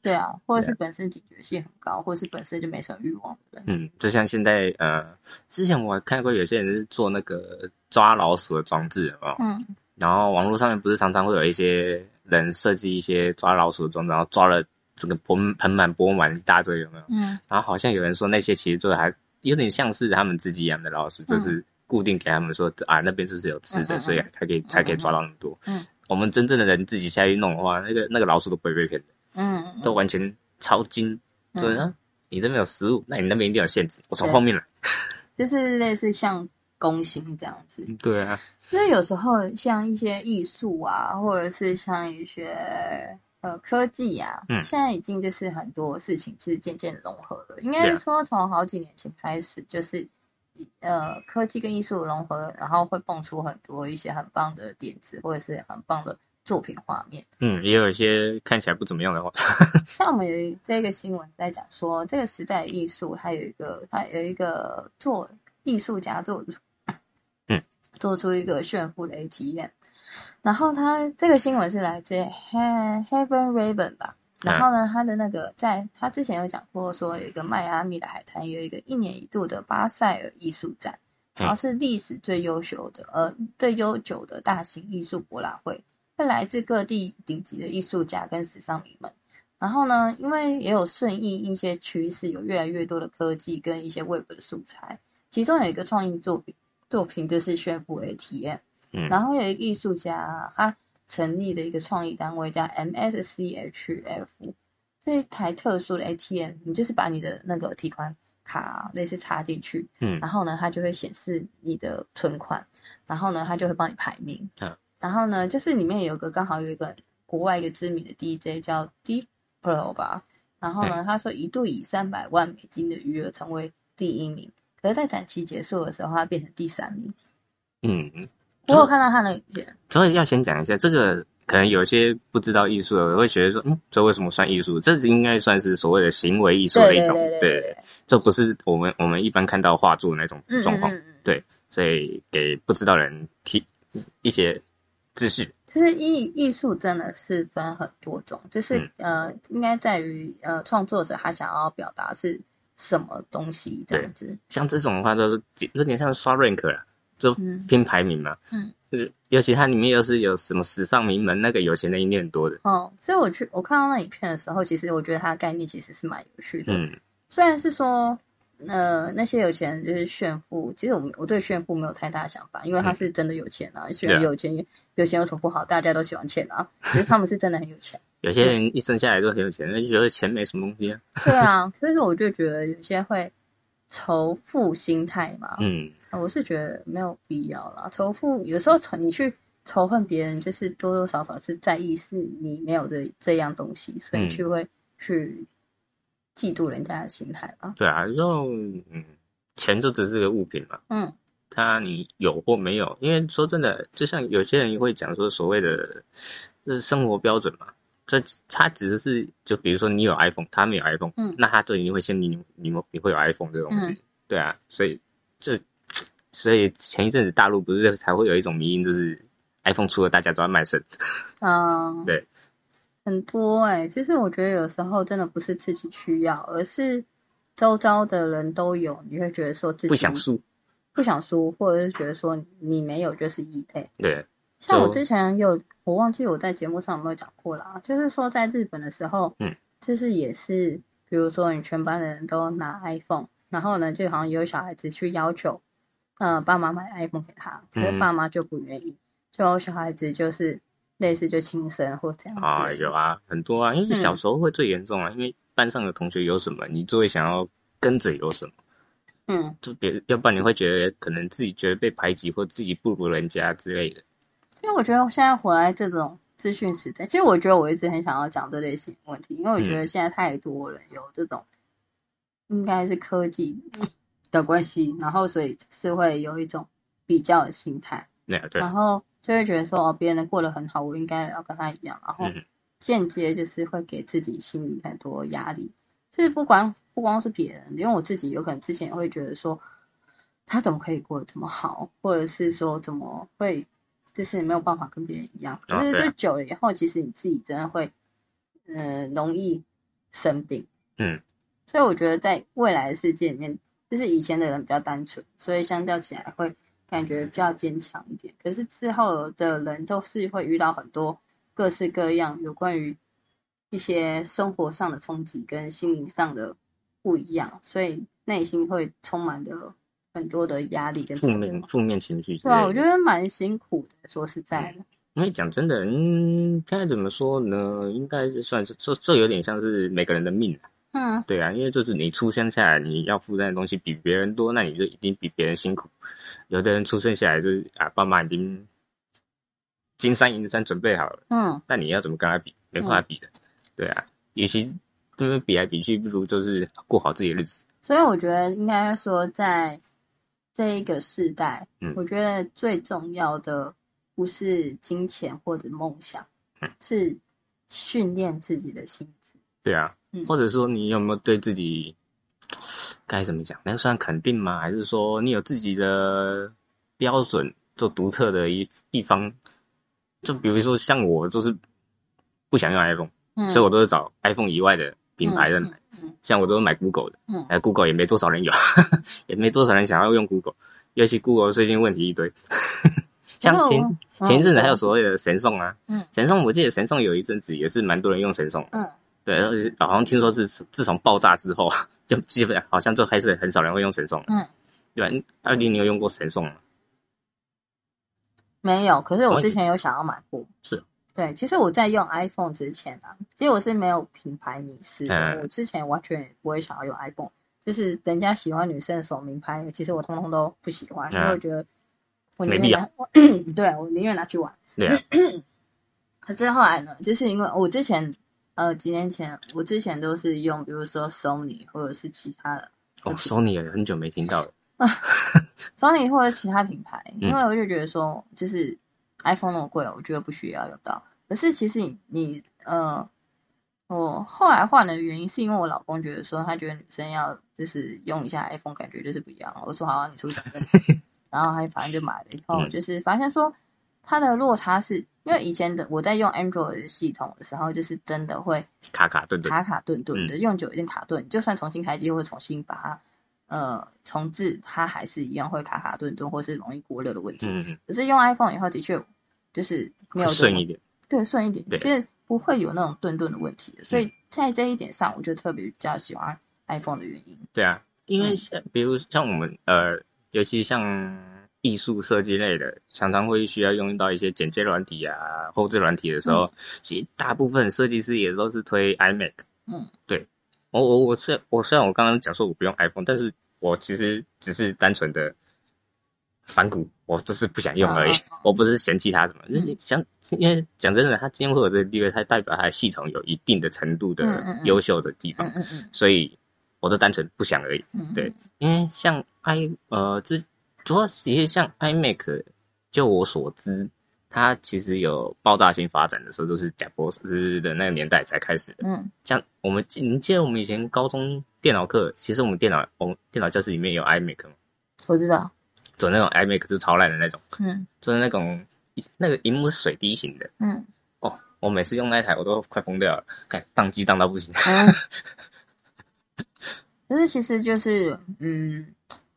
Speaker 2: 对啊，或者
Speaker 3: 对
Speaker 2: 是本身警觉性很高，或者是本身就没什么欲望的人，
Speaker 3: 嗯，就像现在呃，之前我看过有些人是做那个抓老鼠的装置哦，
Speaker 2: 嗯，
Speaker 3: 然后网络上面不是常常会有一些人设计一些抓老鼠的装置，然后抓了整个盆盆满钵满一大堆，有没有？
Speaker 2: 嗯，
Speaker 3: 然后好像有人说那些其实做的还有点像是他们自己养的老
Speaker 2: 嗯
Speaker 3: 鼠，就是固定给他们说啊那边就是有吃
Speaker 2: 嗯嗯
Speaker 3: 的，
Speaker 2: 嗯
Speaker 3: 所以才可以才可以抓到那么多。
Speaker 2: 嗯，
Speaker 3: 我们真正的人自己下去弄的话，那个那个老鼠都不会被骗的，
Speaker 2: 嗯嗯，
Speaker 3: 都完全超精
Speaker 2: 嗯
Speaker 3: 准啊！你这边有食物，那你那边一定有陷阱，我从
Speaker 2: 对
Speaker 3: 后面来。
Speaker 2: 就是类似像攻心这样子，
Speaker 3: 对啊，
Speaker 2: 就是有时候像一些艺术啊，或者是像一些呃科技啊，
Speaker 3: 嗯
Speaker 2: 现在已经就是很多事情是渐渐融合了。应该
Speaker 3: 对啊
Speaker 2: 是说从好几年前开始，就是呃科技跟艺术融合，然后会蹦出很多一些很棒的点子，或者是很棒的作品画面。
Speaker 3: 嗯，也有一些看起来不怎么样的话，
Speaker 2: 像我们有一这个新闻在讲说，这个时代的艺术，它有一个它有一个做艺术家做，
Speaker 3: 嗯，
Speaker 2: 做出一个炫富的 A 体验。然后他这个新闻是来自 He- Heaven Raven 吧？然后呢，他的那个在他之前有讲过，说有一个迈阿密的海滩有一个一年一度的巴塞尔艺术展，然后是历史最优秀的呃最悠久的大型艺术博览会，会来自各地顶级的艺术家跟时尚迷们。然后呢，因为也有顺应一些趋势，有越来越多的科技跟一些 Web 的素材。其中有一个创意作品，作品就是炫富为体验。
Speaker 3: 嗯
Speaker 2: 然后有一个艺术家，他成立了一个创意单位叫 MSCHF，这台特殊的 ATM，你就是把你的那个提款卡类似插进去，
Speaker 3: 嗯
Speaker 2: 然后呢，它就会显示你的存款，然后呢，它就会帮你排名。
Speaker 3: 嗯
Speaker 2: 然后呢，就是里面有个刚好有一个国外一个知名的 DJ 叫 Deep Pearl 吧，然后
Speaker 3: 嗯
Speaker 2: 呢，他说一度以三百万美金的余额成为第一名，可是，在展期结束的时候，他变成第三名。
Speaker 3: 嗯，
Speaker 2: 我有看到他的影片，
Speaker 3: 所以要先讲一下这个。可能有些不知道艺术的会觉得说，嗯，这为什么算艺术？这应该算是所谓的行为艺术的
Speaker 2: 对
Speaker 3: 一
Speaker 2: 对
Speaker 3: 种，
Speaker 2: 对对对，
Speaker 3: 这不是我们我们一般看到画作的那种
Speaker 2: 嗯
Speaker 3: 状
Speaker 2: 嗯
Speaker 3: 况，
Speaker 2: 嗯嗯。
Speaker 3: 所以给不知道的人提一些知识。
Speaker 2: 其实艺艺术真的是分很多种，就是、
Speaker 3: 嗯
Speaker 2: 呃，应该在于呃创作者他想要表达是什么东西这样子。
Speaker 3: 像这种的话，都是有点像刷 rank 啦，就
Speaker 2: 嗯
Speaker 3: 拼排名嘛。
Speaker 2: 嗯
Speaker 3: 就是，尤其它里面又是有什么时尚名门，那个有钱人一定很多的。
Speaker 2: 哦，所以我去我看到那影片的时候，其实我觉得它的概念其实是蛮有趣的。
Speaker 3: 嗯，
Speaker 2: 虽然是说，呃，那些有钱人就是炫富，其实我们我对炫富没有太大想法，因为他是真的有钱啊，虽然
Speaker 3: 嗯对啊
Speaker 2: 有钱有钱有什么不好，大家都喜欢钱啊，只是他们是真的很有钱。
Speaker 3: 有些人一生下来都很有钱，那就觉得钱没什么东西啊。
Speaker 2: 对啊， 所以说我就觉得有些会仇富心态嘛，
Speaker 3: 嗯，
Speaker 2: 啊我是觉得没有必要啦。仇富有时候仇你去仇恨别人，就是多多少少是在意是你没有的这样东西，所以
Speaker 3: 嗯
Speaker 2: 就会去嫉妒人家的心态吧。
Speaker 3: 对啊，就嗯，钱就只是个物品嘛。
Speaker 2: 嗯
Speaker 3: 它你有或没呃有，因为说真的，就像有些人会讲说所谓的，就是生活标准嘛，这他只是就比如说你有 iPhone，他没有 iPhone，
Speaker 2: 嗯
Speaker 3: 那他就一定会先你你你们你会有 iPhone 这东西，
Speaker 2: 嗯
Speaker 3: 对啊，所以这所以前一阵子大陆不是才会有一种迷因，就是 iPhone 出了大家都要卖肾，
Speaker 2: 嗯，
Speaker 3: 对，
Speaker 2: 很多哎、其实我觉得有时候真的不是自己需要，而是周遭的人都有，你会觉得说自己
Speaker 3: 不想输，
Speaker 2: 不想输，或者是觉得说你没有就是异类。
Speaker 3: 对，
Speaker 2: 像我
Speaker 3: 就
Speaker 2: 之前有，我忘记我在节目上有没有讲过啦，就是说在日本的时候，
Speaker 3: 嗯，
Speaker 2: 就是也是，比如说你全班的人都拿 iPhone，然后呢，就好像有小孩子去要求，呃，爸妈买 iPhone 给他，可是
Speaker 3: 嗯
Speaker 2: 爸妈就不愿意，就有小孩子就是类似就轻生或这样子
Speaker 3: 啊有啊很多啊，
Speaker 2: 嗯
Speaker 3: 因为小时候会最严重啊，因为班上的同学有什么，你就会想要跟着有什么。
Speaker 2: 嗯，
Speaker 3: 就别，要不然你会觉得可能自己觉得被排挤或自己不如人家之类的。
Speaker 2: 其实我觉得现在回来这种资讯时代，其实我觉得我一直很想要讲这类型的问题，因为我觉
Speaker 3: 嗯
Speaker 2: 得现在太多人有这种，应该是科技的关系，然后所以就是会有一种比较的心态，
Speaker 3: 那对
Speaker 2: 然后就会觉得说哦，别人过得很好，我应该也要跟他一样，然后
Speaker 3: 嗯
Speaker 2: 间接就是会给自己心里很多压力，就是不管不光是别人，因为我自己有可能之前也会觉得说，他怎么可以过得这么好，或者是说怎么会就是没有办法跟别人一样，可是
Speaker 3: 对啊
Speaker 2: 就久了以后，其实你自己真的会，呃，容易生病。
Speaker 3: 嗯，
Speaker 2: 所以我觉得在未来的世界里面，就是以前的人比较单纯，所以相较起来会感觉比较坚强一点。可是之后的人都是会遇到很多各式各样有关于一些生活上的冲击跟心灵上的不一样，所以内心会充满着很多的压力跟
Speaker 3: 负
Speaker 2: 讨
Speaker 3: 面
Speaker 2: 厌嘛
Speaker 3: 负面情绪之
Speaker 2: 对
Speaker 3: 类
Speaker 2: 啊，
Speaker 3: 的。
Speaker 2: 我觉得蛮辛苦的，说实在的，
Speaker 3: 因为讲真的，嗯，该怎么说呢？应该是算是这这有点像是每个人的命啊、
Speaker 2: 嗯，
Speaker 3: 对啊，因为就是你出生下来，你要负担的东西比别人多，那你就一定比别人辛苦。有的人出生下来就是啊，爸妈已经金山银山准备好了。
Speaker 2: 嗯，
Speaker 3: 那你要怎么跟他比？没办法比的，对啊，与其这么比来比去，不如就是过好自己的日子。
Speaker 2: 所以我觉得应该说，在这一个世代，
Speaker 3: 嗯
Speaker 2: 我觉得最重要的不是金钱或者梦想，
Speaker 3: 嗯
Speaker 2: 是训练自己的心智。
Speaker 3: 对啊，
Speaker 2: 嗯
Speaker 3: 或者说你有没有对自己该怎么讲？那算肯定吗？还是说你有自己的标准，做独特的一一方？就比如说像我，就是不想用 iPhone，、
Speaker 2: 嗯，
Speaker 3: 所以我都是找 iPhone 以外的品牌的买。
Speaker 2: 嗯
Speaker 3: 像我都是买 Google 的，
Speaker 2: 嗯
Speaker 3: 哎，Google 也没多少人有， 也没多少人想要用 Google，尤其 Google 最近问题一堆。 像
Speaker 2: 不过
Speaker 3: 前
Speaker 2: 我
Speaker 3: 前一阵子还有
Speaker 2: 嗯
Speaker 3: 所谓的神送啊，
Speaker 2: 嗯
Speaker 3: 神送我记得神送有一阵子也是蛮多人用神送，
Speaker 2: 嗯，
Speaker 3: 对，而且好像听说自自从爆炸之后， 就基本好像就开始很少人会用神送了，
Speaker 2: 嗯，
Speaker 3: 对吧？二弟，你有用过神送吗？
Speaker 2: 没有，可是我之前有想要买过。
Speaker 3: 哦是，
Speaker 2: 对，其实我在用 iPhone 之前啊，其实我是没有品牌迷失的，
Speaker 3: 嗯
Speaker 2: 我之前完全不会想要用 iPhone，就是人家喜欢女生的手名牌，其实我通通都不喜欢，因为我觉得我宁
Speaker 3: 嗯没必
Speaker 2: 愿
Speaker 3: 要
Speaker 2: 拿， 对啊我宁愿拿去玩。
Speaker 3: 对啊，
Speaker 2: 可是后来呢，就是因为我之前呃几年前，我之前都是用比如说 Sony 或者是其他的
Speaker 3: 哦，Sony 也很久没听到了，
Speaker 2: Sony 或者其他品牌，
Speaker 3: 嗯
Speaker 2: 因为我就觉得说，就是 iPhone 那么贵，我觉得不需要用到。可是其实你你呃，我后来换的原因是因为我老公觉得说，他觉得女生要就是用一下 iPhone，感觉就是不一样。我说好、啊，你出去 找用。然后他反正就买了以后，
Speaker 3: 嗯
Speaker 2: 就是发现说它的落差是因为以前的我在用 Android 系统的时候，就是真的会
Speaker 3: 卡卡顿顿，
Speaker 2: 卡卡顿
Speaker 3: 嗯
Speaker 2: 顿的，用久一定卡顿，就算重新开机或者重新把它呃重置，它还是一样会卡卡顿顿，或是容易过热的问题。
Speaker 3: 嗯，嗯
Speaker 2: 可是用 iPhone 以后，的确就是没
Speaker 3: 嗯
Speaker 2: 有这
Speaker 3: 顺
Speaker 2: 么
Speaker 3: 一点，
Speaker 2: 对顺一点，
Speaker 3: 对嗯
Speaker 2: 就是不会有那种顿顿的问题。所以在这一点上，我就特别比较喜欢 iPhone 的原因。
Speaker 3: 对啊，因为
Speaker 2: 嗯
Speaker 3: 像比如像我们呃，尤其像艺术设计类的，常常会需要用到一些剪接软体啊、后置软体的时候，其实大部分设计师也都是推 iMac。
Speaker 2: 嗯，
Speaker 3: 对，我我我虽我虽然我刚刚讲说我不用 iPhone，但是我其实只是单纯的反骨，我就是不想用而已，
Speaker 2: 哦哦哦
Speaker 3: 我不是嫌弃它什么。
Speaker 2: 嗯
Speaker 3: 你想，因为讲真的，它今天会有这个地位，它代表它的系统有一定的程度
Speaker 2: 嗯
Speaker 3: 的
Speaker 2: 嗯嗯
Speaker 3: 优秀的地方。
Speaker 2: 嗯嗯嗯
Speaker 3: 所以我都单纯不想而已。
Speaker 2: 嗯，
Speaker 3: 对，因为像 i 呃之主要其实像 iMac，就我所知，它其实有爆炸性发展的时候，都是贾博士的那个年代才开始的。
Speaker 2: 嗯，
Speaker 3: 像我们记，你记得我们以前高中电脑课，其实我们电脑，我们电脑教室里面有 iMac 嘛，
Speaker 2: 我知道，
Speaker 3: 走那种 iMac 是超烂的那种，
Speaker 2: 嗯
Speaker 3: 就是那种那个荧幕是水滴型的。
Speaker 2: 嗯，
Speaker 3: 哦，我每次用那一台我都快疯掉了，看宕机宕到不行。
Speaker 2: 嗯， 可是其实就是，嗯，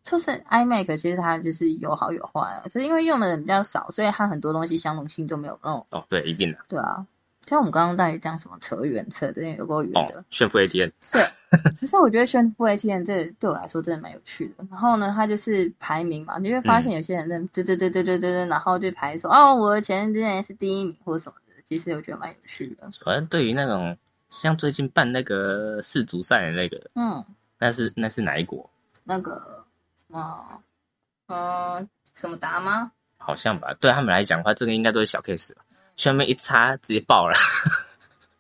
Speaker 2: 就是 iMac 其实它就是有好有坏啊，可是因为用的人比较少，所以它很多东西相容性就没有那种，
Speaker 3: 哦，对，一定的。
Speaker 2: 对啊。像我们刚刚到底讲什么扯远扯，真的有够远的。
Speaker 3: 哦，炫富 ATM，
Speaker 2: 可是我觉得炫富 ATM 这对我来说真的蛮有趣的。然后呢，它就是排名嘛，你就会发现有些人在对对对对对对对，然后就排说哦，我的前之前是第一名或什么的，其实我觉得蛮有趣的。
Speaker 3: 反正对于那种像最近办那个世足赛的那个，
Speaker 2: 嗯，
Speaker 3: 那是那是哪一国？
Speaker 2: 那个什么，呃，什么达吗？
Speaker 3: 好像吧，对他们来讲的话，这个应该都是小 case 吧。去那边一插，直接爆了。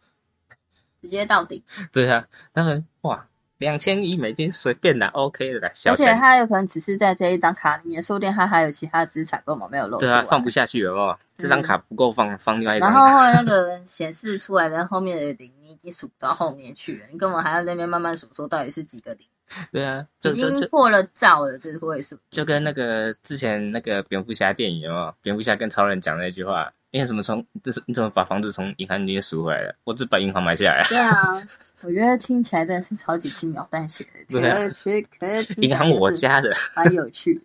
Speaker 2: 直接到顶，
Speaker 3: 对啊，他们哇，两千一美金随便拿，OK 的啦，小
Speaker 2: 而且
Speaker 3: 钱。
Speaker 2: 他有可能只是在这一张卡里面，说不定他还有其他资产根本没有露出
Speaker 3: 对
Speaker 2: 来。
Speaker 3: 啊，放不下去有没有？这张卡不够放，放另外一
Speaker 2: 嗯
Speaker 3: 张
Speaker 2: 然。后后来那个显示出来的后面的零，你已经数不到后面去了，你根本还要在那边慢慢数，说到底是几个零，
Speaker 3: 对啊，
Speaker 2: 已
Speaker 3: 就就
Speaker 2: 经
Speaker 3: 就
Speaker 2: 破了兆了，这是位数。
Speaker 3: 就跟那个之前那个蝙蝠侠电影有没有？蝙蝠侠跟超人讲那句话：“你怎么从，这是你怎么把房子从银行里面赎回来的？我只把银行买下来，
Speaker 2: 对啊，我觉得听起来真的是超级轻描淡写的，
Speaker 3: 对啊
Speaker 2: 可是其实可是听起
Speaker 3: 银
Speaker 2: 来
Speaker 3: 行我
Speaker 2: 就是嗯
Speaker 3: 家的，
Speaker 2: 蛮有趣的。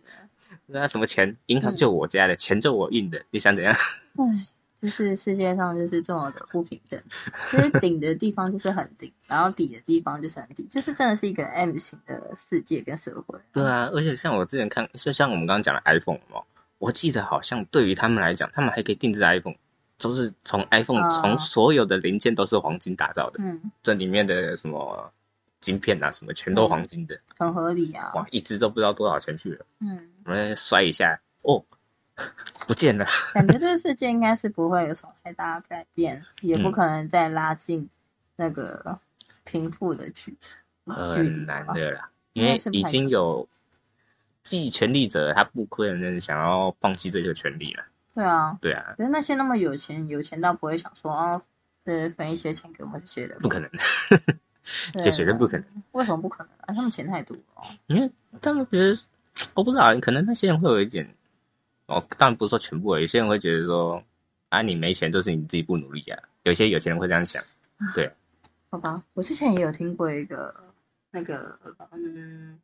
Speaker 3: 那什么钱，银行就我家的，钱就我印的，你想怎样？
Speaker 2: 唉，就是世界上就是这么的不平等，其实顶的地方就是很顶，然后底的地方就是很底，就是真的是一个 M 型的世界跟社会。
Speaker 3: 对啊，而且像我之前看，就像我们刚刚讲的 iPhone 有没有我记得好像对于他们来讲，他们还可以定制 iPhone，就是从 iPhone
Speaker 2: 哦
Speaker 3: 从所有的零件都是黄金打造的，
Speaker 2: 嗯，
Speaker 3: 这里面的什么晶片啊，什么全都黄金的，
Speaker 2: 很合理啊。
Speaker 3: 哇，一只都不知道多少钱去了。
Speaker 2: 嗯，
Speaker 3: 我们摔一下，哦，不见了。
Speaker 2: 感觉这个世界应该是不会有什么太大的改变，也
Speaker 3: 嗯
Speaker 2: 不可能再拉近那个贫富的距距离
Speaker 3: 很
Speaker 2: 吧
Speaker 3: 难。的啦，
Speaker 2: 应
Speaker 3: 因
Speaker 2: 该
Speaker 3: 为
Speaker 2: 是不太
Speaker 3: 已经有既权力者，他不可能想要放弃这个权利了。
Speaker 2: 对啊，
Speaker 3: 对啊，
Speaker 2: 可是那些那么有钱，有钱到不会想说哦，呃，分一些钱给我们这些人，
Speaker 3: 不可能，
Speaker 2: 对
Speaker 3: 这绝对不可能。
Speaker 2: 为什么不可能啊？他们钱太多了 哦。
Speaker 3: 因为他们觉得，我不知道，可能那些人会有一点，哦，当然不是说全部，有些人会觉得说，啊，你没钱就是你自己不努力啊。有些有钱人会这样想，
Speaker 2: 好吧，我之前也有听过一个那个，嗯，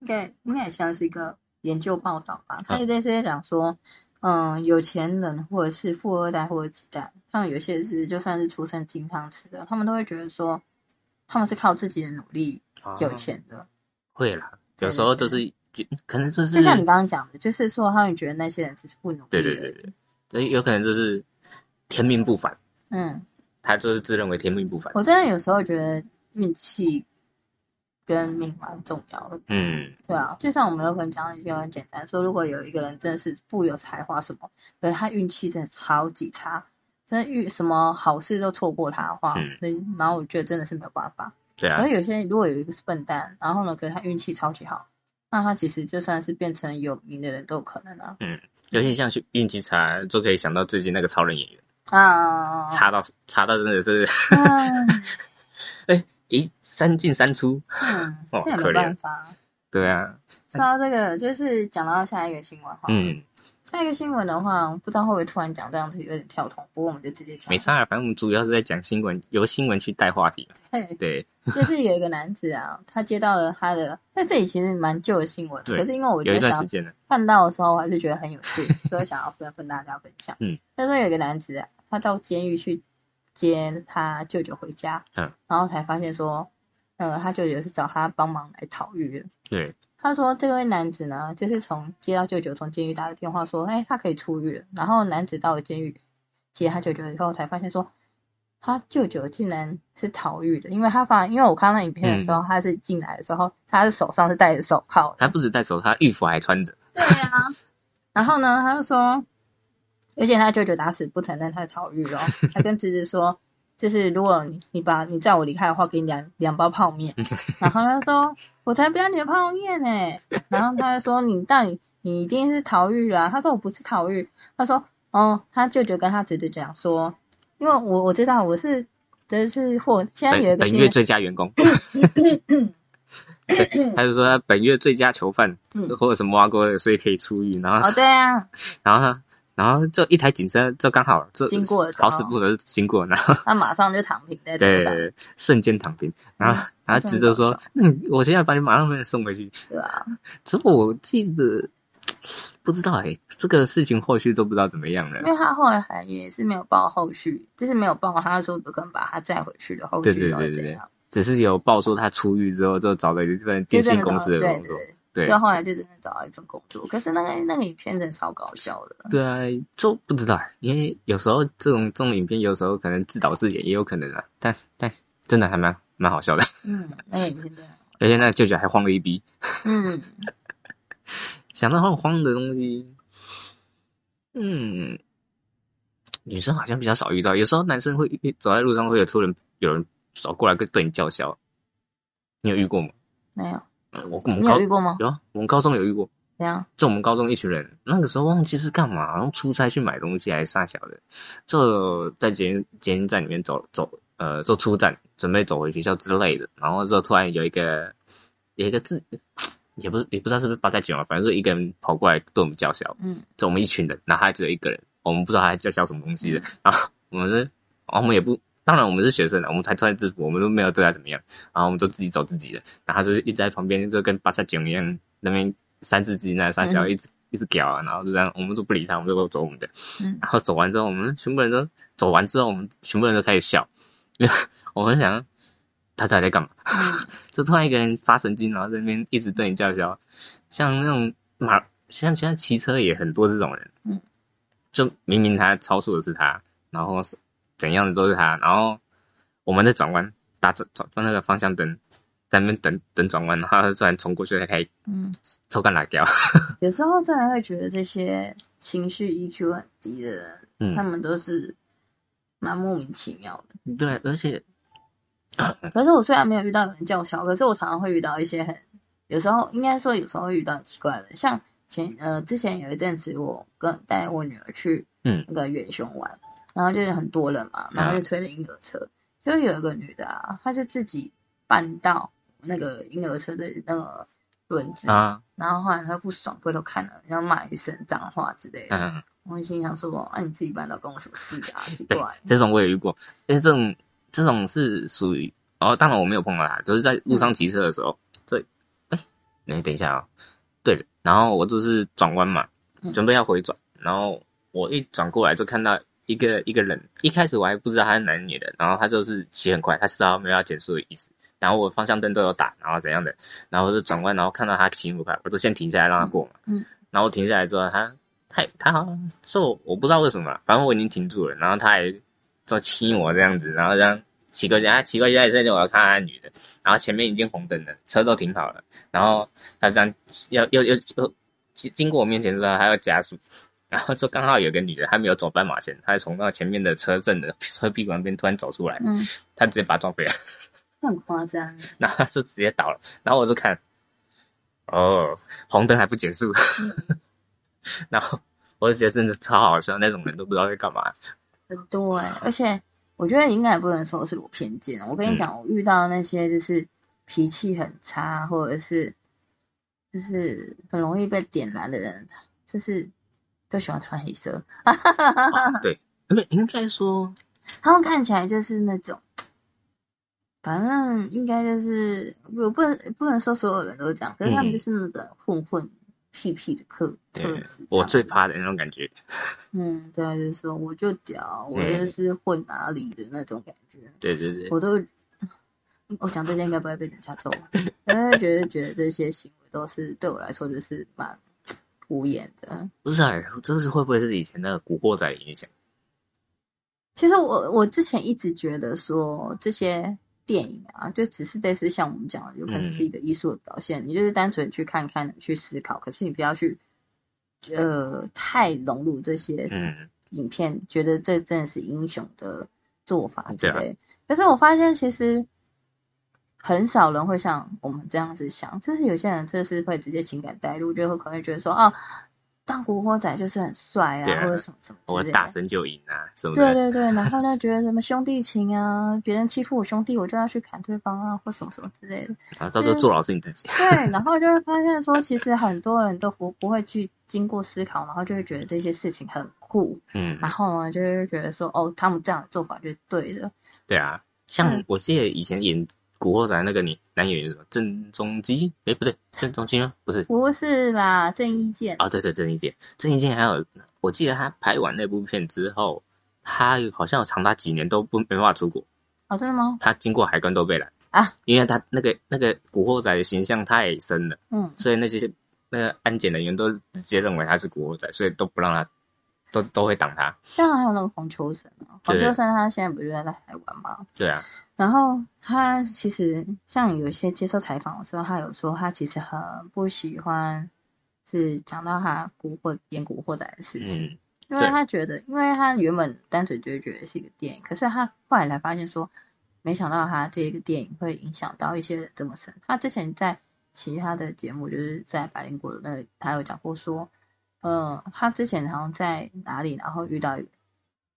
Speaker 2: 应该应该也像是一个研究报道吧，他
Speaker 3: 嗯
Speaker 2: 也在在讲说，嗯，有钱人或者是富二代或者几代，他们有些是就算是出身金汤匙的，他们都会觉得说，他们是靠自己的努力
Speaker 3: 哦
Speaker 2: 有钱的，
Speaker 3: 会啦，
Speaker 2: 对
Speaker 3: 有时候就是就可能就是
Speaker 2: 就像你刚刚讲的，就是说他们觉得那些人只是不努力，
Speaker 3: 对对对，对，所以有可能就是天命不凡，
Speaker 2: 嗯，
Speaker 3: 他就是自认为天命不凡。
Speaker 2: 我真的有时候觉得运气跟命蛮重要的。
Speaker 3: 嗯，
Speaker 2: 对啊，就像我们有可能讲的一句很简单，说如果有一个人真的是富有才华什么，可是他运气真的超级差，真的遇什么好事都错过他的话，
Speaker 3: 嗯
Speaker 2: 那、然后我觉得真的是没有办法。
Speaker 3: 对啊
Speaker 2: 而，有些如果有一个是笨蛋，然后呢，可是他运气超级好，那他其实就算是变成有名的人都有可能啊。
Speaker 3: 尤其像是运气差，就可以想到最近那个超人演员，
Speaker 2: 啊，
Speaker 3: 差到差到真的是
Speaker 2: 唉
Speaker 3: 一三进三出。
Speaker 2: 嗯，
Speaker 3: 哦
Speaker 2: 这也
Speaker 3: 可
Speaker 2: 没
Speaker 3: 怜
Speaker 2: 办法。
Speaker 3: 对啊，
Speaker 2: 说到这个，就是讲到下一个新闻哈。
Speaker 3: 嗯，
Speaker 2: 下一个新闻的话，不知道会不会突然讲这样子有点跳通，不过我们就直接讲。
Speaker 3: 没差啊，反正我们主要是在讲新闻，由新闻去带话题嘛。
Speaker 2: 对，
Speaker 3: 对，
Speaker 2: 就是有一个男子啊，他接到了他的，在这里其实蛮旧的新闻，
Speaker 3: 对
Speaker 2: 可是因为我觉
Speaker 3: 有一
Speaker 2: 得
Speaker 3: 段
Speaker 2: 想
Speaker 3: 时间了，
Speaker 2: 看到的时候，我还是觉得很有 趣，所以想要分分大家分享。
Speaker 3: 嗯，
Speaker 2: 但是有一个男子啊，他到监狱去接他舅舅回家，
Speaker 3: 嗯，
Speaker 2: 然后才发现说，呃，他舅舅是找他帮忙来逃狱的。
Speaker 3: 对，
Speaker 2: 他说，这位男子呢，就是从接到舅舅从监狱打的电话说，哎，他可以出狱了。然后男子到了监狱接他舅舅以后，才发现说，他舅舅竟然是逃狱的，因为他发，因为我看到影片的时候，他是进来的时候，他是手上是戴着手铐
Speaker 3: 他
Speaker 2: 的。
Speaker 3: 不止戴手套，他浴服还穿着。
Speaker 2: 对啊。然后呢，他就说，而且他舅舅打死不承认他是逃狱哦，他跟侄子说。就是如果你你把你载我离开的话，给你两两包泡面。然后他说：“我才不要你的泡面呢、啊然后他就说：“你到底你一定是逃狱啦、他说：“我不是逃狱。”他说：“哦，他舅舅跟他侄子讲说，因为我我知道我是这是获现在有一个
Speaker 3: 本本
Speaker 2: 新
Speaker 3: 月
Speaker 2: 的
Speaker 3: 最佳 员工，对他就说他本月最佳囚犯
Speaker 2: 嗯
Speaker 3: 或者什么挖过的，所以可以出狱。然后
Speaker 2: 哦，对啊，
Speaker 3: 然后呢，然后就一台警车，就刚好这
Speaker 2: 经过了
Speaker 3: 好死不死经过，然后
Speaker 2: 他马上就躺平在车
Speaker 3: 对
Speaker 2: 上，
Speaker 3: 瞬间躺平，然后然后
Speaker 2: 这
Speaker 3: 值
Speaker 2: 很
Speaker 3: 得
Speaker 2: 搞
Speaker 3: 说
Speaker 2: 笑，
Speaker 3: 那你我现在把你马上送回去。
Speaker 2: 对吧？
Speaker 3: 之后我记得不知道哎、这个事情后续都不知道怎么样
Speaker 2: 因
Speaker 3: 了。
Speaker 2: 为他后来还也是没有报后续，就是没有报他说不可能把他载回去的后
Speaker 3: 对
Speaker 2: 续
Speaker 3: 对
Speaker 2: 然后
Speaker 3: 对对
Speaker 2: 怎
Speaker 3: 对
Speaker 2: 样，
Speaker 3: 只是有报说他出狱之后，就找了一份
Speaker 2: 就
Speaker 3: 电
Speaker 2: 真
Speaker 3: 信
Speaker 2: 的
Speaker 3: 公
Speaker 2: 找
Speaker 3: 司的
Speaker 2: 对
Speaker 3: 工
Speaker 2: 对
Speaker 3: 作。
Speaker 2: 对，
Speaker 3: 对
Speaker 2: 就后来就真的找到一份工作，可是那个那个影片真的超搞笑的，
Speaker 3: 对啊，就不知道欸，因为有时候这种这种影片，有时候可能自导自演也有可能啊。但但真的还蛮蛮好笑的，
Speaker 2: 嗯，那个影片真的，
Speaker 3: 而且那个舅舅还慌了一逼。
Speaker 2: 嗯，
Speaker 3: 想到很慌的东西，嗯，女生好像比较少遇到，有时候男生会遇走在路上会有突然有人走过来跟对你叫嚣，你有遇过吗？
Speaker 2: 没有，
Speaker 3: 嗯我我们
Speaker 2: 你
Speaker 3: 高
Speaker 2: 有遇过吗？
Speaker 3: 有啊，我们高中有遇过，
Speaker 2: 怎样？
Speaker 3: 就我们高中一群人，那个时候忘记是干嘛，然后出差去买东西还是啥小的，就在捷运捷运站里面走走，呃，就出站准备走回学校之类的，然后就突然有一个有一个字，也不是也不知道是不是八加九嘛，啊反正就一个人跑过来对我们叫嚣，
Speaker 2: 嗯，
Speaker 3: 就我们一群人，然后他只有一个人，我们不知道他在叫嚣什么东西的，然后我们是，然后我们也不。当然，我们是学生的，我们才穿制服，我们都没有对他怎么样，然后我们就自己走自己的，然后他就是一直在旁边，就跟八叉囧一样，那边三字经啊、三小
Speaker 2: 嗯
Speaker 3: 一直一直屌啊，然后就这样，我们就不理他，我们就走我们的。
Speaker 2: 嗯
Speaker 3: 然后走完之后，我们全部人都走完之后，我们全部人都开始笑， 因为我很想他到底在干嘛？
Speaker 2: 嗯
Speaker 3: 就突然一个人发神经，然后在那边一直对你叫嚣，像那种马，像现在骑车也很多这种人，
Speaker 2: 嗯，
Speaker 3: 就明明他超速的是他，然后是怎样的都是他，然后我们在转弯打转转转那个方向灯，在那边等等转弯，然后他突然冲过去，他开
Speaker 2: 嗯，
Speaker 3: 抽干辣椒，
Speaker 2: 有时候真的会觉得这些情绪 EQ 很低的人，他
Speaker 3: 嗯，
Speaker 2: 们都是蛮莫名其妙的。
Speaker 3: 对，而且
Speaker 2: 可是我虽然没有遇到有人叫嚣，可是我常常会遇到一些很，有时候应该说有时候会遇到很奇怪的，像前呃之前有一阵子我跟带我女儿去
Speaker 3: 嗯啊
Speaker 2: 那个远雄玩，然后就是很多人嘛，然后就推着婴儿车，就有一个女的啊，她就自己绊到那个婴儿车的那个轮子，
Speaker 3: 啊，
Speaker 2: 然后后来她不爽回头看了，然后骂一声脏话之类的，
Speaker 3: 嗯，
Speaker 2: 我心想说啊你自己绊倒关我什么事啊，奇
Speaker 3: 对
Speaker 2: 怪，，
Speaker 3: 这种我也遇过，但是这种这种是属于哦，当然我没有碰到他，就是在路上骑车的时候，对，哎、你等一下啊、对的，然后我就是转弯嘛，
Speaker 2: 嗯
Speaker 3: 准备要回转，然后我一转过来就看到一个一个人，一开始我还不知道他是男女的，然后他就是骑很快，他知道没有要减速的意思，然后我方向灯都有打，然后怎样的，然后我就转弯，然后看到他骑那么快，我就先停下来让他过嘛，
Speaker 2: 嗯
Speaker 3: 然后停下来之后他。他他好像是我我不知道为什么，反正我已经停住了，然后他还就亲我这样子，然后这样骑过去，啊骑过去，现在我要看他女的，然后前面已经红灯了，车都停好了，然后他这样要要要要经经过我面前之后，他要加速，然后就刚好有个女的，她没有走斑马线，她从那前面的车阵的车壁旁边突然走出来，
Speaker 2: 嗯，
Speaker 3: 她直接把她撞飞了，
Speaker 2: 很夸张，
Speaker 3: 然后她就直接倒了，然后我就看，哦，红灯还不减速， 然后我就觉得真的超好笑，那种人都不知道在干嘛，
Speaker 2: 很多哎、而且我觉得应该也不能说是我偏见哦。我
Speaker 3: 嗯
Speaker 2: 跟你讲，我遇到那些就是脾气很差，或者是就是很容易被点燃的人，就是都喜欢穿黑色。
Speaker 3: 哦对，不是应该说
Speaker 2: 他们看起来就是那种，反正应该就是我不能不能说所有人都这样，可是他们
Speaker 3: 嗯
Speaker 2: 就是那种混混屁屁的特特
Speaker 3: 对
Speaker 2: 质。
Speaker 3: 我最怕的那种感觉，
Speaker 2: 嗯，对啊，就是说我就屌，我
Speaker 3: 嗯
Speaker 2: 就是混哪里的那种感觉。
Speaker 3: 对对对，
Speaker 2: 我都，我讲这些应该不会被人家揍吧，但是觉得觉得这些行为都是对我来说就是蛮无言的。
Speaker 3: 不是、啊，这是会不会是以前那个古惑仔的影响？
Speaker 2: 其实我我之前一直觉得说这些电影啊，就只是类似像我们讲的，有可能
Speaker 3: 嗯
Speaker 2: 是一个艺术的表现，你就是单纯去看看、去思考，可是你不要去呃太融入这些
Speaker 3: 嗯，
Speaker 2: 影片，觉得这真的是英雄的做法之
Speaker 3: 对啊
Speaker 2: 类。可是我发现其实很少人会像我们这样子想，就是有些人就是会直接情感代入，就会可能会觉得说啊，上古惑仔就是很帅
Speaker 3: 对啊
Speaker 2: 或者什么什么
Speaker 3: 我
Speaker 2: 之类
Speaker 3: 大
Speaker 2: 的。
Speaker 3: 声就赢啊什么
Speaker 2: 对
Speaker 3: 的，
Speaker 2: 对对，然后呢，觉得什么兄弟情啊，别人欺负我兄弟，我就要去砍对方啊，或什么什么之类的。
Speaker 3: 然后到时候
Speaker 2: 嗯
Speaker 3: 坐牢是你自己。
Speaker 2: 对，然后就会发现说，其实很多人都不不会去经过思考，然后就会觉得这些事情很酷，
Speaker 3: 嗯，
Speaker 2: 然后呢，就会觉得说，哦，他们这样的做法就是对的。
Speaker 3: 对啊，像
Speaker 2: 嗯
Speaker 3: 我记得以前演《古惑仔》那个女男演员是什么郑中基，哎、不对，郑中基吗？不是，
Speaker 2: 不是啦，郑伊健，
Speaker 3: 哦，对对，郑伊健，郑伊健还有，我记得他拍完那部片之后，他好像有长达几年都不没办法出国，
Speaker 2: 哦，真的吗？
Speaker 3: 他经过海关都被拦
Speaker 2: 啊，
Speaker 3: 因为他那个那个古惑仔的形象太深了，
Speaker 2: 嗯，
Speaker 3: 所以那些那个安检人员都直接认为他是古惑仔，所以都不让他，都都会挡他。
Speaker 2: 像还有那个黄秋生啊，黄
Speaker 3: 对
Speaker 2: 秋生他现在不就在台湾吗？
Speaker 3: 对啊，
Speaker 2: 然后他其实像有一些接受采访的时候，他有说他其实很不喜欢是讲到他古惑演古惑仔的事情，
Speaker 3: 嗯，
Speaker 2: 因为
Speaker 3: 对
Speaker 2: 他觉得，因为他原本单纯就觉得是一个电影，可是他后来才发现说，没想到他这个电影会影响到一些人这么深。他之前在其他的节目，就是在百灵果的那里，他有讲过说，呃，他之前好像在哪里，然后遇到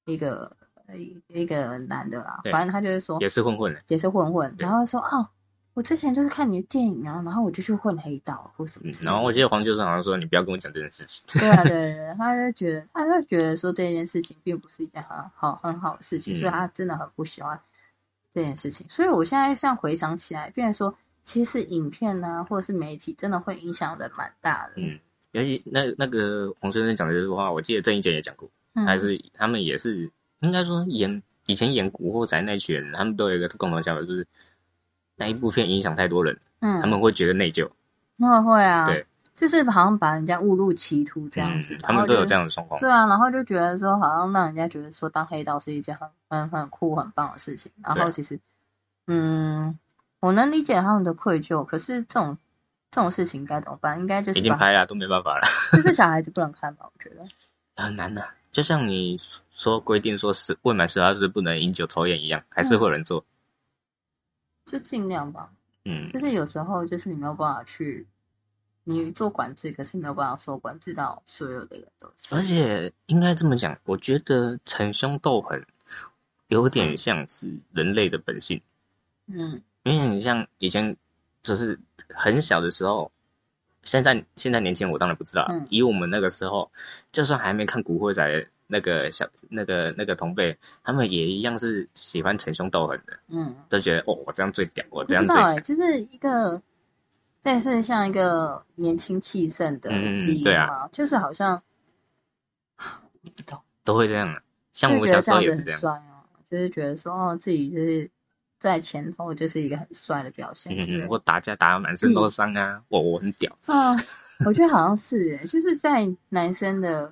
Speaker 2: 一个一一个男的啦，
Speaker 3: 对
Speaker 2: 反正他就是说
Speaker 3: 也是混混的，
Speaker 2: 也是混混，
Speaker 3: 对
Speaker 2: 然后说哦，我之前就是看你的电影啊，然后我就去混黑道或什么
Speaker 3: 嗯，
Speaker 2: 之类的。
Speaker 3: 然后我记得黄秋生好像说：“你不要跟我讲这件事情。”
Speaker 2: 对啊，对对对，他就觉得，他就觉得说这件事情并不是一件很好很好的事情，
Speaker 3: 嗯
Speaker 2: 所以他真的很不喜欢这件事情。所以我现在像回想起来，变成说，其实影片呢、或者是媒体，真的会影响的蛮大的。
Speaker 3: 嗯尤其那那个黄先生讲的这句话，我记得郑伊健也讲过，
Speaker 2: 嗯，
Speaker 3: 还是他们也是应该说演以前演《古惑仔》那群人，他们都有一个共同想法，就是那一部片影响太多人，
Speaker 2: 嗯，
Speaker 3: 他们会觉得内疚，
Speaker 2: 那会啊，
Speaker 3: 对，
Speaker 2: 就是好像把人家误入歧途这样子，
Speaker 3: 嗯，他们都有这
Speaker 2: 样。
Speaker 3: 样的状况
Speaker 2: 对。啊，然后就觉得说，好像让人家觉得说当黑道是一件很很很酷、很棒的事情。然
Speaker 3: 对
Speaker 2: 后
Speaker 3: 啊
Speaker 2: 其实，嗯，我能理解他们的愧疚，可是这种这种事情该怎么办？应该就
Speaker 3: 已
Speaker 2: 是
Speaker 3: 经
Speaker 2: 把
Speaker 3: 拍了，都没办法了，
Speaker 2: 就是小孩子不能看吧？我觉得，
Speaker 3: 很难的、就像你说规定说是未满十八岁不能饮酒抽烟一样，还是会有人做。
Speaker 2: 就尽量吧。
Speaker 3: 嗯，
Speaker 2: 就是有时候就是你没有办法去，你做管制，可是没有办法说管制到所有的人都是。
Speaker 3: 而且应该这么讲，我觉得逞凶斗狠有点像是人类的本性。
Speaker 2: 嗯，
Speaker 3: 因为你像以前，就是很小的时候，现在现在年轻人我当然不知道，
Speaker 2: 嗯
Speaker 3: 以我们那个时候，就算还没看《古惑仔》那个小那个那个同辈，他们也一样是喜欢逞凶斗狠的，
Speaker 2: 嗯。
Speaker 3: 都觉得哦，我这样最屌，我
Speaker 2: 不
Speaker 3: 这
Speaker 2: 知
Speaker 3: 样最
Speaker 2: 道哎、
Speaker 3: 强。
Speaker 2: 就是一个，这是像一个年轻气盛的
Speaker 3: 嗯嗯嗯
Speaker 2: 基因
Speaker 3: 对啊
Speaker 2: 嘛，就是好像，我不懂，
Speaker 3: 都会这样。啊像
Speaker 2: 就
Speaker 3: 我
Speaker 2: 觉得
Speaker 3: 小时
Speaker 2: 这
Speaker 3: 候
Speaker 2: 样
Speaker 3: 也
Speaker 2: 子
Speaker 3: 是
Speaker 2: 很
Speaker 3: 这样，
Speaker 2: 帅啊，就是觉得说哦，自己就是在前头就是一个很帅的表现
Speaker 3: 嗯
Speaker 2: 之类
Speaker 3: 嗯，
Speaker 2: 的。
Speaker 3: 我打架打得满身都是伤啊，我我很屌，
Speaker 2: 嗯，我觉得好像是、欸，就是在男生的，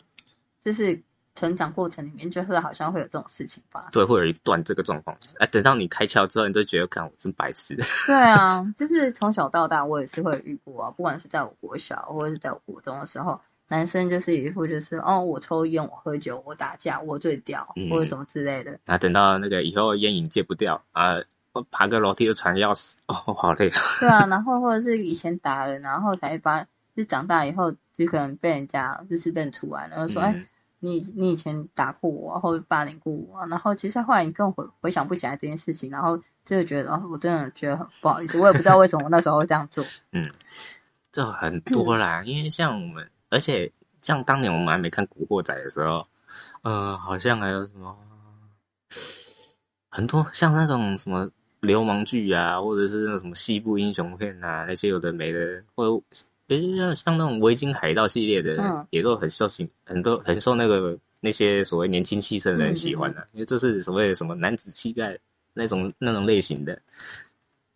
Speaker 2: 就是成长过程里面，就是好像会有这种事情发生。
Speaker 3: 对，会有一段这个状况。啊，等到你开窍之后，你就觉得，看我真白痴。
Speaker 2: 对啊，就是从小到大，我也是会遇过啊，不管是在我国小或者是在我国中的时候，男生就是有一副就是哦，我抽烟，我喝酒，我打架，我最屌，
Speaker 3: 嗯
Speaker 2: 或者什么之类的。
Speaker 3: 啊，等到那个以后烟瘾戒不掉啊，我爬个楼梯都喘要死，哦，我好累啊。
Speaker 2: 对啊，然后或者是以前打人，然后才把就长大以后就可能被人家就是认出来，然后说哎、
Speaker 3: 嗯
Speaker 2: 你你以前打过我啊，或者霸凌过我啊，然后其实后来你更回回想不起来这件事情，然后就会觉得哦，我真的觉得很不好意思，我也不知道为什么我那时候会这样做。
Speaker 3: 这
Speaker 2: 嗯
Speaker 3: 很多啦，因为像我们，而且像当年我们还没看《古惑仔》的时候，呃，好像还有什么很多像那种什么流氓剧啊，或者是那种什么西部英雄片啊，那些有的没的，或者尤其像像那种维京海盗系列的，
Speaker 2: 嗯
Speaker 3: 也都很受喜，很多很受那个那些所谓年轻气盛的人喜
Speaker 2: 嗯
Speaker 3: 欢的、啊因为这是所谓什么男子气概那种那种类型的，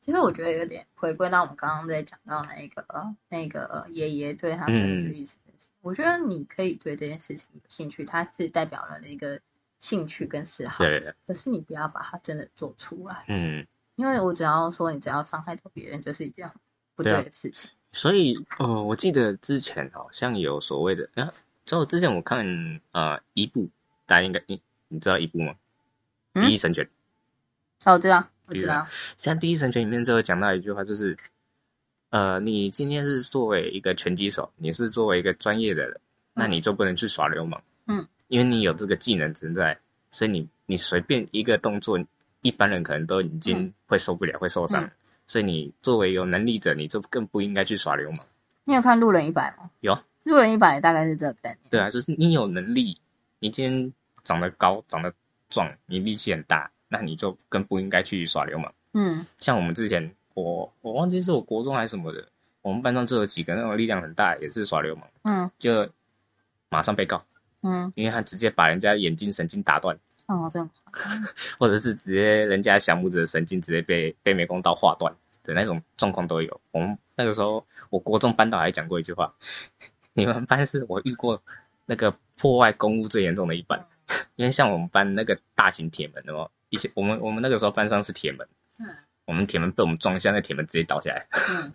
Speaker 2: 其实我觉得有点回归到我们刚刚在讲到那个那个爷爷对他孙
Speaker 3: 嗯
Speaker 2: 女的意思。我觉得你可以对这件事情有兴趣，它是代表了一个兴趣跟嗜好，
Speaker 3: 对，
Speaker 2: 可是你不要把它真的做出来，
Speaker 3: 啊嗯。
Speaker 2: 因为我只要说你只要伤害到别人，就是一件不对
Speaker 3: 对啊
Speaker 2: 的事情。
Speaker 3: 所以，呃，我记得之前好像有所谓的，啊，之后之前我看呃一部，大家应该你你知道一部吗？
Speaker 2: 嗯
Speaker 3: 第一神拳，
Speaker 2: 哦，我知道，我
Speaker 3: 对啊
Speaker 2: 知道，
Speaker 3: 像第一神拳里面就有讲到一句话，就是，呃，你今天是作为一个拳击手，你是作为一个专业的人，那你就不能去耍流氓。
Speaker 2: 嗯，
Speaker 3: 因为你有这个技能存在，所以你你随便一个动作，一般人可能都已经会受不了，会受伤。
Speaker 2: 嗯
Speaker 3: 所以你作为有能力者，你就更不应该去耍流氓。
Speaker 2: 你有看《路人一百》吗？
Speaker 3: 有
Speaker 2: 《
Speaker 3: 啊
Speaker 2: 路人一百》大概是这个概念。
Speaker 3: 对啊，就是你有能力，你今天长得高，长得壮，你力气很大，那你就更不应该去耍流氓。
Speaker 2: 嗯
Speaker 3: 像我们之前，我我忘记是我国中还是什么的，我们班上就有几个那种力量很大，也是耍流氓，
Speaker 2: 嗯
Speaker 3: 就马上被告，
Speaker 2: 嗯，
Speaker 3: 因为他直接把人家眼睛神经打断，
Speaker 2: 哦，这样
Speaker 3: 或者是直接人家小拇指的神经直接被被美工刀划断的那种状况都有。我们那个时候，我国中班导还讲过一句话：“ 你们班是我遇过那个破坏公务最严重的一班。”
Speaker 2: 嗯
Speaker 3: 因为像我们班那个大型铁门哦，以前我们我们那个时候班上是铁门，
Speaker 2: 嗯
Speaker 3: 我们铁门被我们撞一下，那铁门直接倒下 来，
Speaker 2: 嗯。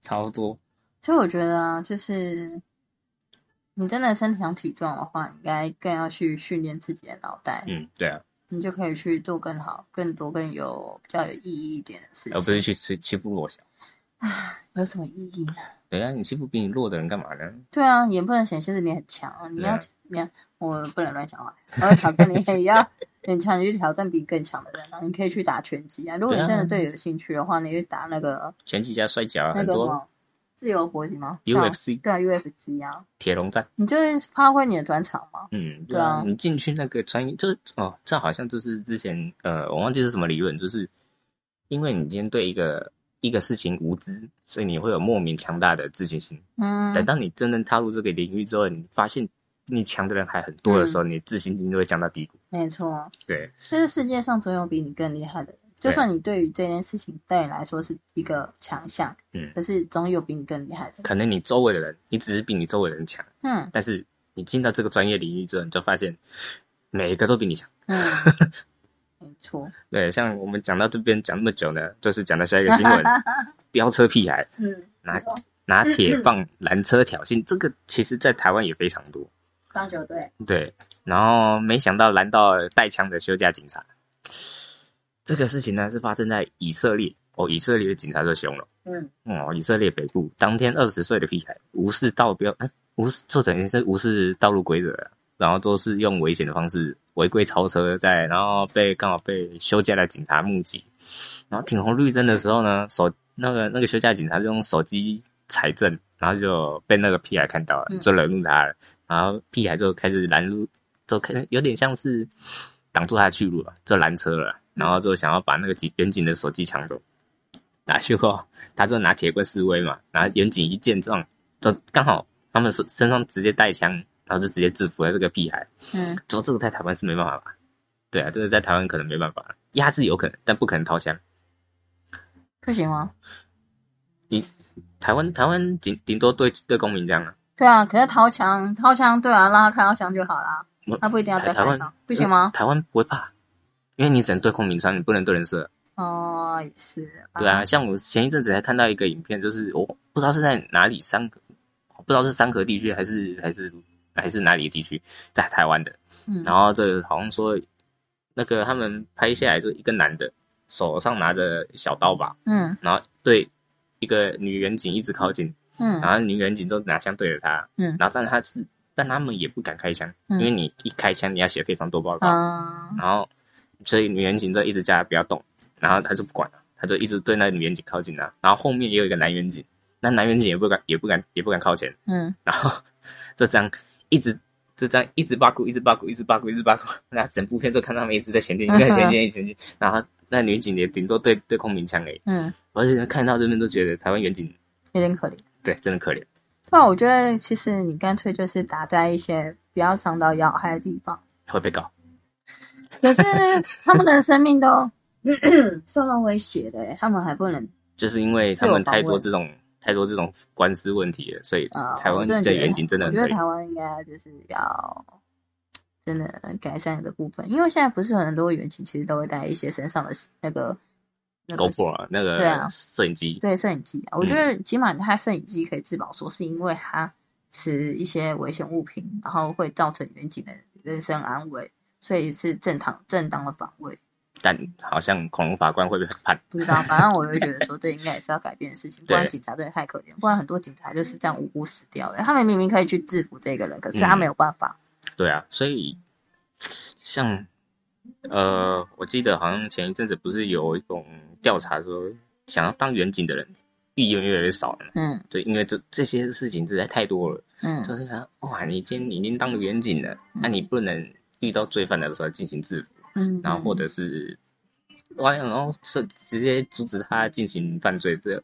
Speaker 3: 超多。
Speaker 2: 所以我觉得啊，就是你真的身强体壮的话，应该更要去训练自己的脑袋，
Speaker 3: 嗯，对啊，
Speaker 2: 你就可以去做更好、更多、更有比较有意义一点的事
Speaker 3: 而呃不
Speaker 2: 情。
Speaker 3: 是去欺欺负弱小。
Speaker 2: 有什么意义呢？
Speaker 3: 等一下，你欺负比你弱的人干嘛呢？
Speaker 2: 对啊，你也不能显示你很强啊，你要、
Speaker 3: 对
Speaker 2: 你要，我不能乱讲话，我要挑战你，也要 勉强你去挑战比你更强的人啊。你可以去打拳击啊，如果你
Speaker 3: 对啊
Speaker 2: 真的对有兴趣的话，你去打那个
Speaker 3: 拳击加摔跤啊，
Speaker 2: 那
Speaker 3: 很
Speaker 2: 个什
Speaker 3: 多
Speaker 2: 么自由搏击吗
Speaker 3: UFC
Speaker 2: 对啊对啊，UFC 啊，
Speaker 3: 铁笼战。
Speaker 2: 你就是发挥你的专长嘛。
Speaker 3: 嗯，
Speaker 2: 对啊
Speaker 3: 你进去那个穿衣，就是哦，这好像就是之前呃，我忘记是什么理论，就是因为你今天对一个一个事情无知，所以你会有莫名强大的自信心。
Speaker 2: 嗯，
Speaker 3: 等到你真正踏入这个领域之后，你发现你强的人还很多的
Speaker 2: 嗯
Speaker 3: 时候，你自信心就会降到低谷。
Speaker 2: 没错，
Speaker 3: 对，
Speaker 2: 就是世界上总有比你更厉害的人。就
Speaker 3: 对
Speaker 2: 算你对于这件事情对你来说是一个强项，
Speaker 3: 嗯
Speaker 2: 可是总有比你更厉害的。
Speaker 3: 可能你周围的人，你只是比你周围的人强，
Speaker 2: 嗯
Speaker 3: 但是你进到这个专业领域之后，你就发现每一个都比你强。
Speaker 2: 嗯，没错。
Speaker 3: 对，像我们讲到这边讲那么久呢，就是讲到下一个新闻， 飙车屁孩。
Speaker 2: 嗯，
Speaker 3: 拿
Speaker 2: 没错
Speaker 3: 拿铁棒拦车挑衅，这个其实在台湾也非常多。
Speaker 2: 棒球队，
Speaker 3: 对，然后没想到拦到带枪的休假警察。这个事情呢是发生在以色列哦，以色列的警察就凶了
Speaker 2: 嗯
Speaker 3: 哦，以色列北部当天二十岁的屁孩无视道标，哎、无视就等于是无视道路规则啊，然后都是用危险的方式违规超车在，然后被刚好被休假的警察目击，然后停红绿灯的时候呢，手那个那个休假警察就用手机采证，然后就被那个屁孩看到了
Speaker 2: 嗯，
Speaker 3: 就惹怒他了，然后屁孩就开始拦路，就开有点像是挡住他的去路了，就拦车了，然后就想要把那个警远警的手机抢走，拿去后他就拿铁棍示威嘛，然后远警一见状，就刚好他们身身上直接带枪，然后就直接制服了这个屁孩。
Speaker 2: 嗯
Speaker 3: 主要这个在台湾是没办法吧？对啊，这个在台湾可能没办法，压制有可能，但不可能掏枪。
Speaker 2: 不行吗？
Speaker 3: 台湾台湾顶顶多对对公民这样啊，
Speaker 2: 对啊，可是掏枪，掏枪，对啊，让他看到枪就好啦
Speaker 3: 我，
Speaker 2: 他不一定要对
Speaker 3: 台台
Speaker 2: 开
Speaker 3: 湾
Speaker 2: 枪，不行吗？
Speaker 3: 台湾不会怕，因为你只能对空鸣枪，你不能对人射。
Speaker 2: 哦，也是，
Speaker 3: 对，啊，像我前一阵子还看到一个影片，就是我不知道是在哪里山，不知道是山河地区还是还是还是哪里地区，在台湾的，
Speaker 2: 嗯
Speaker 3: 然后这好像说，那个他们拍下来就一个男的手上拿着小刀吧，
Speaker 2: 嗯
Speaker 3: 然后对一个女远警一直靠近，然
Speaker 2: 嗯
Speaker 3: 后女远警就拿枪对着他，
Speaker 2: 嗯
Speaker 3: 然后但他是但他们也不敢开枪，
Speaker 2: 嗯
Speaker 3: 因为你一开枪你要写非常多报告，
Speaker 2: 啊，
Speaker 3: 然后所以女远警就一直叫他不要动，然后他就不管了，他就一直对那女远警靠近他，啊然后后面也有一个男远警，那男远警也不敢也不敢也不敢靠前，
Speaker 2: 嗯
Speaker 3: 然后 就这样一直就这样一直八股，一直八股，一直八股，一直 八股，然后整部片就看他们一直在前进，一直在前进，一直前进。然后那女警也顶多对对空鸣枪而已，
Speaker 2: 嗯，
Speaker 3: 而且看到这边都觉得台湾远景
Speaker 2: 有点可怜。
Speaker 3: 对真的可怜，
Speaker 2: 对啊，我觉得其实你干脆就是打在一些不要伤到要害的地方，
Speaker 3: 会被告。
Speaker 2: 可是他们的生命都 受到威胁的欸，他们还不能
Speaker 3: 就是因为他们太多这种太多这种官司问题了，所以
Speaker 2: 呃，
Speaker 3: 台湾
Speaker 2: 我真的
Speaker 3: 这
Speaker 2: 觉得
Speaker 3: 远景真的
Speaker 2: 我
Speaker 3: 很
Speaker 2: 觉
Speaker 3: 可
Speaker 2: 得
Speaker 3: 怜
Speaker 2: 台。湾应该就是要真的改善这部分，因为现在不是很多远景其实都会带一些身上的那个那个
Speaker 3: GoPro 啊那
Speaker 2: 对
Speaker 3: 个
Speaker 2: 啊
Speaker 3: 摄影机，
Speaker 2: 对摄影机啊，我觉
Speaker 3: 嗯
Speaker 2: 得起码它摄影机可以自保，说是因为它持一些危险物品，然后会造成远景的人身安危，所以是正常正当的防卫。
Speaker 3: 但好像恐龙法官会被判。
Speaker 2: 不知道，反正我就觉得说，这应该也是要改变的事情，不然
Speaker 3: 对
Speaker 2: 警察真的太可怜，不然很多警察就是这样无辜死掉的。他们明明可以去制服这个人，可是他
Speaker 3: 嗯
Speaker 2: 没有办法。
Speaker 3: 对啊，所以像呃，我记得好像前一阵子不是有一种调查说，想要当远景的人意愿越来越少了嘛，
Speaker 2: 嗯
Speaker 3: 对，因为这这些事情实在太多了。
Speaker 2: 嗯
Speaker 3: 就是想，哇，你今天你已经当了远景了，那、你不能遇到罪犯的时候进行制服，
Speaker 2: 嗯，
Speaker 3: 然后或者是，哇，然后是直接阻止他进行犯罪，这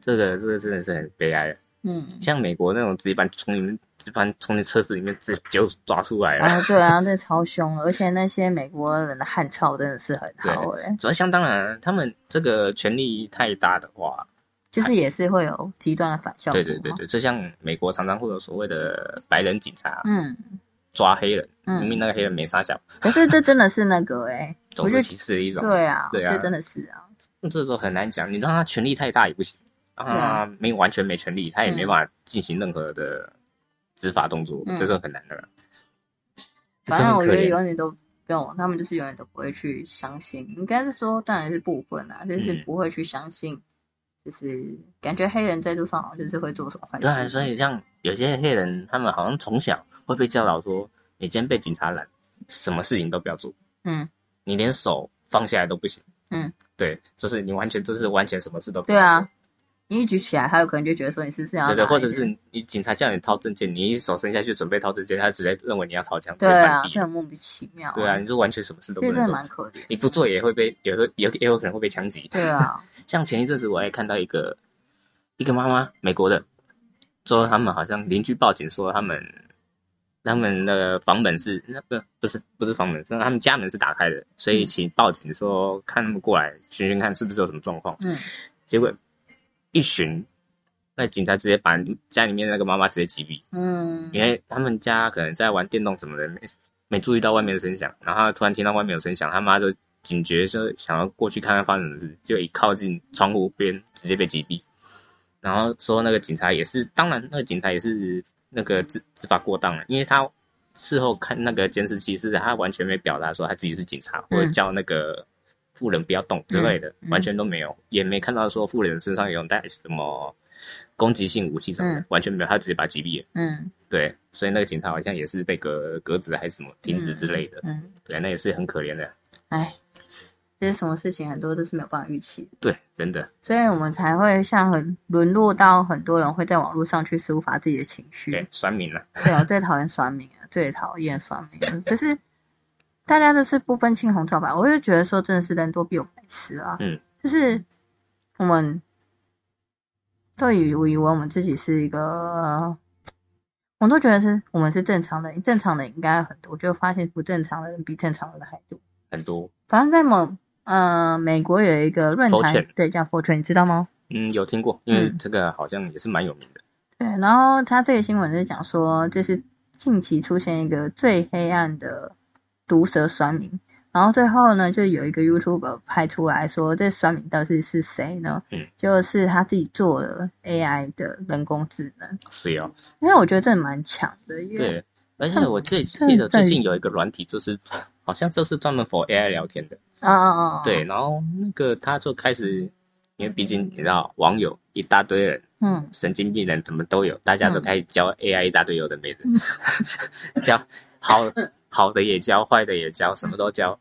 Speaker 3: 这个这个真的是很悲哀。啊
Speaker 2: 嗯，
Speaker 3: 像美国那种直接把你从里面直接把你从你车子里面直接就抓出来了，
Speaker 2: 啊对啊，这超凶的，而且那些美国人的汗臭真的是很好哎、
Speaker 3: 主要相当然，他们这个权力太大的话，
Speaker 2: 就是也是会有极端的反效果。
Speaker 3: 对对对，对，就像美国常常会有所谓的白人警察
Speaker 2: 嗯
Speaker 3: 抓黑人，明
Speaker 2: 嗯，
Speaker 3: 明那个黑人没啥小，
Speaker 2: 可是这真的是那个哎、
Speaker 3: 种族歧视的一种。
Speaker 2: 对啊，
Speaker 3: 对啊
Speaker 2: 这真的是啊，
Speaker 3: 这时候很难讲，你让他权力太大也不行，让
Speaker 2: 对啊
Speaker 3: 他没有完全没权力，他也没
Speaker 2: 嗯
Speaker 3: 办法进行任何的执法动作，
Speaker 2: 嗯
Speaker 3: 这时候很难的了。这
Speaker 2: 反
Speaker 3: 时
Speaker 2: 正
Speaker 3: 候
Speaker 2: 我
Speaker 3: 很
Speaker 2: 觉
Speaker 3: 可
Speaker 2: 得
Speaker 3: 怜
Speaker 2: 永远都不用，他们就是永远都不会去相信，应该是说当然是部分啊，就是
Speaker 3: 嗯
Speaker 2: 不会去相信，就是感觉黑人在路上好像就是会做什么坏事。
Speaker 3: 对啊，所以像有些黑人，他们好像从小会被教导说，你今天被警察拦，什么事情都不要做，
Speaker 2: 嗯，
Speaker 3: 你连手放下来都不行。
Speaker 2: 嗯，
Speaker 3: 对，就是你完全就是完全什么事都不
Speaker 2: 对
Speaker 3: 要做。
Speaker 2: 啊，你一举起来，他有可能就觉得说你是不是要
Speaker 3: 对对，
Speaker 2: 拿
Speaker 3: 或者
Speaker 2: 一
Speaker 3: 是
Speaker 2: 点
Speaker 3: 你警察叫你掏证件，你一手伸下去准备掏证件，他直接认为你要掏枪，直
Speaker 2: 对
Speaker 3: 接
Speaker 2: 啊
Speaker 3: 犯，
Speaker 2: 这
Speaker 3: 毙。
Speaker 2: 很莫名其妙、
Speaker 3: 对啊，，你就完全什么事都
Speaker 2: 这
Speaker 3: 不
Speaker 2: 真
Speaker 3: 能
Speaker 2: 的
Speaker 3: 做。
Speaker 2: 蛮可怜。
Speaker 3: 你不做也会被，有时候也也有可能会被枪击。
Speaker 2: 对 啊，
Speaker 3: 像前一阵子我也看到一个一个妈妈，美国的，说他们好像邻居报警说他们他们的房门是那不不是不是房门，是他们家门是打开的，所以
Speaker 2: 嗯
Speaker 3: 请报警说看他们过来寻寻看是不是有什么状况。
Speaker 2: 嗯，
Speaker 3: 结果一巡，那警察直接把家里面那个妈妈直接击毙，
Speaker 2: 嗯，
Speaker 3: 因为他们家可能在玩电动什么的，没没注意到外面的声响，然后突然听到外面有声响，他妈就警觉，就想要过去看看发生什么事，就一靠近窗户边，直接被击毙。然后说那个警察也是，当然那个警察也是那个执执法过当了，因为他事后看那个监视器是他完全没表达说他自己是警察，
Speaker 2: 嗯
Speaker 3: 或者叫那个富人不要动之类的，
Speaker 2: 嗯
Speaker 3: 完全都没有，也没看到说富人身上有带什么攻击性武器什么的，
Speaker 2: 嗯
Speaker 3: 完全没有，他直接把他击毙了。
Speaker 2: 嗯
Speaker 3: 对，所以那个警察好像也是被革革职还是什么停职之类的，
Speaker 2: 嗯，
Speaker 3: 对，那也是很可怜的，
Speaker 2: 哎，这些什么事情很多都是没有办法预期的。
Speaker 3: 对，真的，
Speaker 2: 所以我们才会像很沦落到很多人会在网络上去抒发自己的情绪。
Speaker 3: 对，酸民啊了，
Speaker 2: 对啊我最讨厌酸民了，最讨厌酸民了。就是大家都是不分青红皂白，我就觉得说真的是人多必有白痴啊。
Speaker 3: 嗯，
Speaker 2: 就是我们都以以为我们自己是一个，我都觉得是我们是正常的，正常的应该很多，就发现不正常的人比正常的人还多。
Speaker 3: 很多，
Speaker 2: 反正在某呃美国有一个论坛
Speaker 3: 4chan，
Speaker 2: 对叫 f o r t u n 你知道吗？
Speaker 3: 嗯，有听过，因为
Speaker 2: 嗯
Speaker 3: 这个好像也是蛮有名的，
Speaker 2: 对，然后他这个新闻是讲说，这是近期出现一个最黑暗的毒蛇酸民，然后最后呢，就有一个 YouTuber 拍出来说，这酸民到底是谁呢？
Speaker 3: 嗯，
Speaker 2: 就是他自己做的 AI 的人工智能，
Speaker 3: 是哦，
Speaker 2: 因
Speaker 3: 因
Speaker 2: 为我觉得这蛮强的，因为
Speaker 3: 对，而且
Speaker 2: 他们
Speaker 3: 我最
Speaker 2: 他们
Speaker 3: 记得
Speaker 2: 在
Speaker 3: 最近有一个软体，就是好像就是专门 for AI 聊天的，
Speaker 2: 啊啊啊，
Speaker 3: 对，，然后那个他就开始，因为毕竟你知道网友一大堆人，
Speaker 2: 嗯，
Speaker 3: 神经病人怎么都有，大家都
Speaker 2: 嗯
Speaker 3: 开始教 AI 一大堆有的没的， 教好好的也教，坏的也教，什么都教，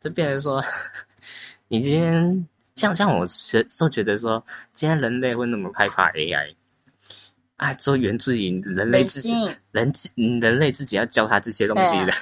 Speaker 3: 就变成说，你今天像像我是都觉得说，今天人类会那么害怕 AI。啊，都源自于人类自己，人自嗯人类自己要教他这些东西的，
Speaker 2: 对啊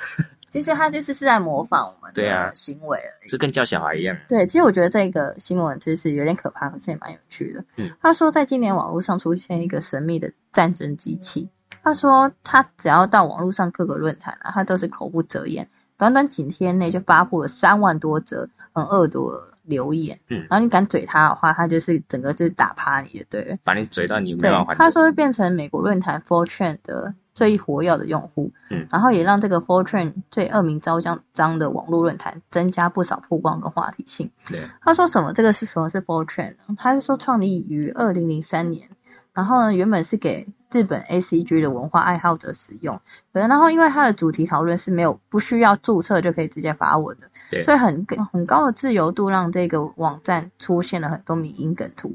Speaker 2: 其实他就是是在模仿我们
Speaker 3: 对啊
Speaker 2: 的行为而已。
Speaker 3: 这跟教小孩一样。
Speaker 2: 对，其实我觉得这个新闻其实有点可怕，可是也蛮有趣的。
Speaker 3: 嗯，
Speaker 2: 他说在今年网络上出现一个神秘的战争机器。他说他只要到网络上各个论坛啊，他都是口不择言，短短几天内就发布了三万多则很恶毒的留言。
Speaker 3: 嗯
Speaker 2: 然后你敢怼他的话，他就是整个就是打趴你就对了。
Speaker 3: 把你嘴到你没
Speaker 2: 对
Speaker 3: 办法还，
Speaker 2: 他说会变成美国论坛 f o r t u n 的最活跃的用户，
Speaker 3: 嗯
Speaker 2: 然后也让这个 f o r t u n 最恶名昭彰的网络论坛增加不少曝光跟话题性。
Speaker 3: 对，
Speaker 2: 他说什么？这个是什么是 f o r t u n 他是说创立于二零零三年，然后呢，原本是给日本 A C G 的文化爱好者使用，可然后因为它的主题讨论是没有不需要注册就可以直接发文的，
Speaker 3: 对
Speaker 2: 所以很很高的自由度让这个网站出现了很多迷因梗图，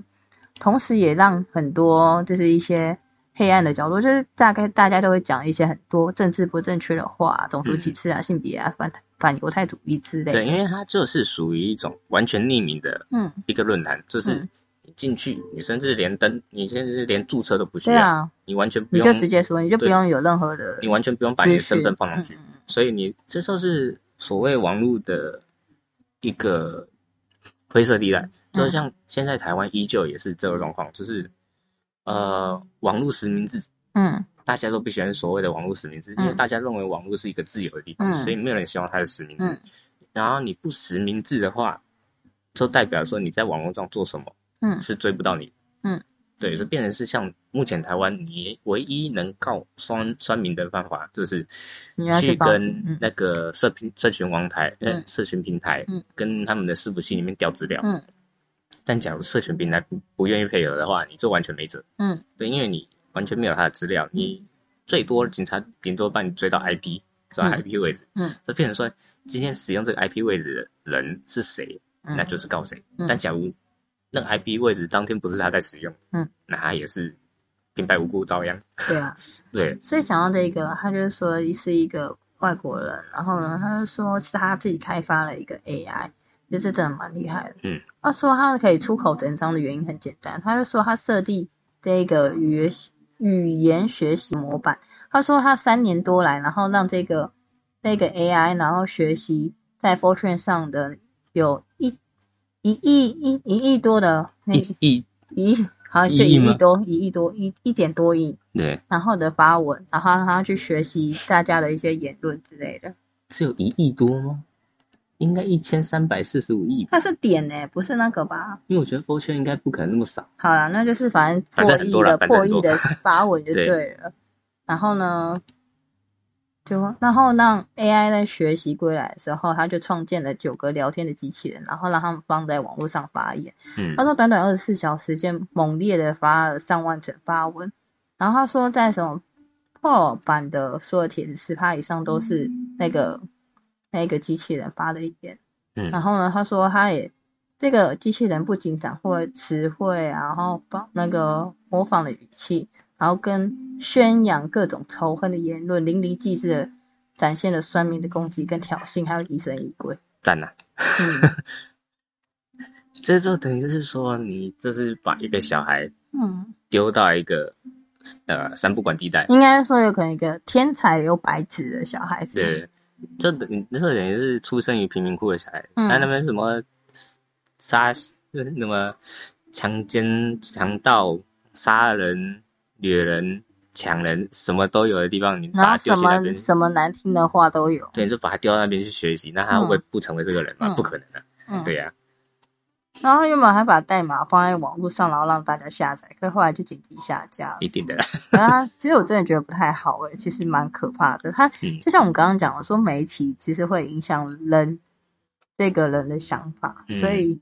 Speaker 2: 同时也让很多就是一些黑暗的角落，就是大概大家都会讲一些很多政治不正确的话、种族歧视啊、性别啊、反反犹太主义之类的。
Speaker 3: 嗯对，因为它就是属于一种完全匿名的
Speaker 2: 嗯，
Speaker 3: 一个论坛，就是
Speaker 2: 嗯
Speaker 3: 你进去，你甚至连登，你甚至连注册都不需
Speaker 2: 对
Speaker 3: 要，
Speaker 2: 啊，
Speaker 3: 你完全不
Speaker 2: 你就
Speaker 3: 用，
Speaker 2: 直接说，你就不
Speaker 3: 对
Speaker 2: 用有任何的
Speaker 3: 你完全不用把你
Speaker 2: 资
Speaker 3: 的身
Speaker 2: 讯
Speaker 3: 份放上
Speaker 2: 嗯
Speaker 3: 去，
Speaker 2: 嗯嗯
Speaker 3: 所以你这就是所谓网络的一个灰色地
Speaker 2: 嗯
Speaker 3: 带，就像现在台湾依旧也是这个状况，就是呃，网络实名制，
Speaker 2: 嗯，
Speaker 3: 大家都不喜欢所谓的网络实名制，因为
Speaker 2: 嗯
Speaker 3: 大家认为网络是一个自由的地方，
Speaker 2: 嗯
Speaker 3: 所以没有人希望它是实名制。
Speaker 2: 嗯
Speaker 3: 然后你不实名制的话，就代表说你在网络上做什么
Speaker 2: 嗯
Speaker 3: 是追不到你。
Speaker 2: 嗯，
Speaker 3: 对，就变成是像目前台湾，你唯一能告酸酸民的方法，就是
Speaker 2: 你要去
Speaker 3: 去
Speaker 2: 报
Speaker 3: 跟
Speaker 2: 警
Speaker 3: 那个社平社群网台、呃
Speaker 2: 嗯
Speaker 3: 社群平台，
Speaker 2: 嗯
Speaker 3: 跟他们的伺服器里面调资料。
Speaker 2: 嗯
Speaker 3: 但假如社群平台不不愿意配合的话，你就完全没辙。
Speaker 2: 嗯
Speaker 3: 对，因为你完全没有他的资料，你最多警察顶多帮你追到 IP，追到
Speaker 2: 嗯
Speaker 3: IP 位置。
Speaker 2: 嗯，
Speaker 3: 这变成说今天使用这个 IP 位置的人是谁，
Speaker 2: 嗯，
Speaker 3: 那就是告谁。
Speaker 2: 嗯
Speaker 3: 但假如那个 IP 位置当天不是他在使用，
Speaker 2: 嗯，
Speaker 3: 那他也是平白无故遭殃。
Speaker 2: 对啊。
Speaker 3: 对，
Speaker 2: 所以讲到这个，他就说是一个外国人，然后呢，他就说是他自己开发了一个 AI，就是真的蛮厉害的。
Speaker 3: 嗯，
Speaker 2: 他说他可以出口成章的原因很简单，他就说他设定这个语言语言学习模板，他说他三年多来，然后让这个这个 AI，然后学习在 Fortran 上的有一一亿一一亿多的那
Speaker 3: 一一
Speaker 2: 一亿，好像就
Speaker 3: 一亿
Speaker 2: 一
Speaker 3: 吗
Speaker 2: 亿多一亿多一一点多亿。
Speaker 3: 对，
Speaker 2: 然后的发文，然后让他去学习大家的一些言论之类的。
Speaker 3: 只有一亿多吗？应该一千三百四十五亿吧，
Speaker 2: 他是点呢、不是那个吧？
Speaker 3: 因为我觉得 f o r t u n 应该不可能那么少。
Speaker 2: 好了，那就是反正
Speaker 3: 反
Speaker 2: 破
Speaker 3: 正很
Speaker 2: 亿
Speaker 3: 多啦
Speaker 2: 的
Speaker 3: 反正
Speaker 2: 破
Speaker 3: 很多
Speaker 2: 亿的发文就
Speaker 3: 对
Speaker 2: 对 了。然后呢，就然后让 AI 在学习归来的时候，他就创建了九个聊天的机器人，然后让他们放在网络上发言。
Speaker 3: 嗯
Speaker 2: 他，说短短二十四小时间，猛烈的发了上万则发文，然后他说在什么破版的所有帖子十趴以上都是那个那个机器人发的言，
Speaker 3: 嗯
Speaker 2: 然后呢，他说他也这个机器人不仅掌握词汇啊，然后帮那个模仿的语气，然后跟宣扬各种仇恨的言论，淋漓尽致的展现了酸民的攻击跟挑衅，还有疑神疑鬼。
Speaker 3: 赞呐、
Speaker 2: 嗯
Speaker 3: 这就等于就是说，你就是把一个小孩
Speaker 2: 嗯，
Speaker 3: 丢到一个呃三不管地带，
Speaker 2: 应该说有可能一个天才又白纸的小孩子。
Speaker 3: 对，就等你那时候等于是出生于贫民窟的小孩，
Speaker 2: 嗯
Speaker 3: 在、那边什么杀什么强奸、强盗、杀人、掠人、抢人，什么都有的地方，你
Speaker 2: 然
Speaker 3: 把
Speaker 2: 后
Speaker 3: 他丢
Speaker 2: 什
Speaker 3: 去那
Speaker 2: 么
Speaker 3: 边，
Speaker 2: 什么难听的话都有。
Speaker 3: 对，你就把他丢到那边去学习，那他会不会不成为这个人嘛？
Speaker 2: 嗯
Speaker 3: 不可能的、啊
Speaker 2: 嗯，
Speaker 3: 对。呀、
Speaker 2: 然后原本还把代码放在网络上，然后让大家下载，可是后来就紧急下架了
Speaker 3: 一。定的，
Speaker 2: 然后他其实我真的觉得不太好诶、其实蛮可怕的。他
Speaker 3: 嗯
Speaker 2: 就像我们刚刚讲的，说媒体其实会影响人这个人的想法，
Speaker 3: 嗯
Speaker 2: 所以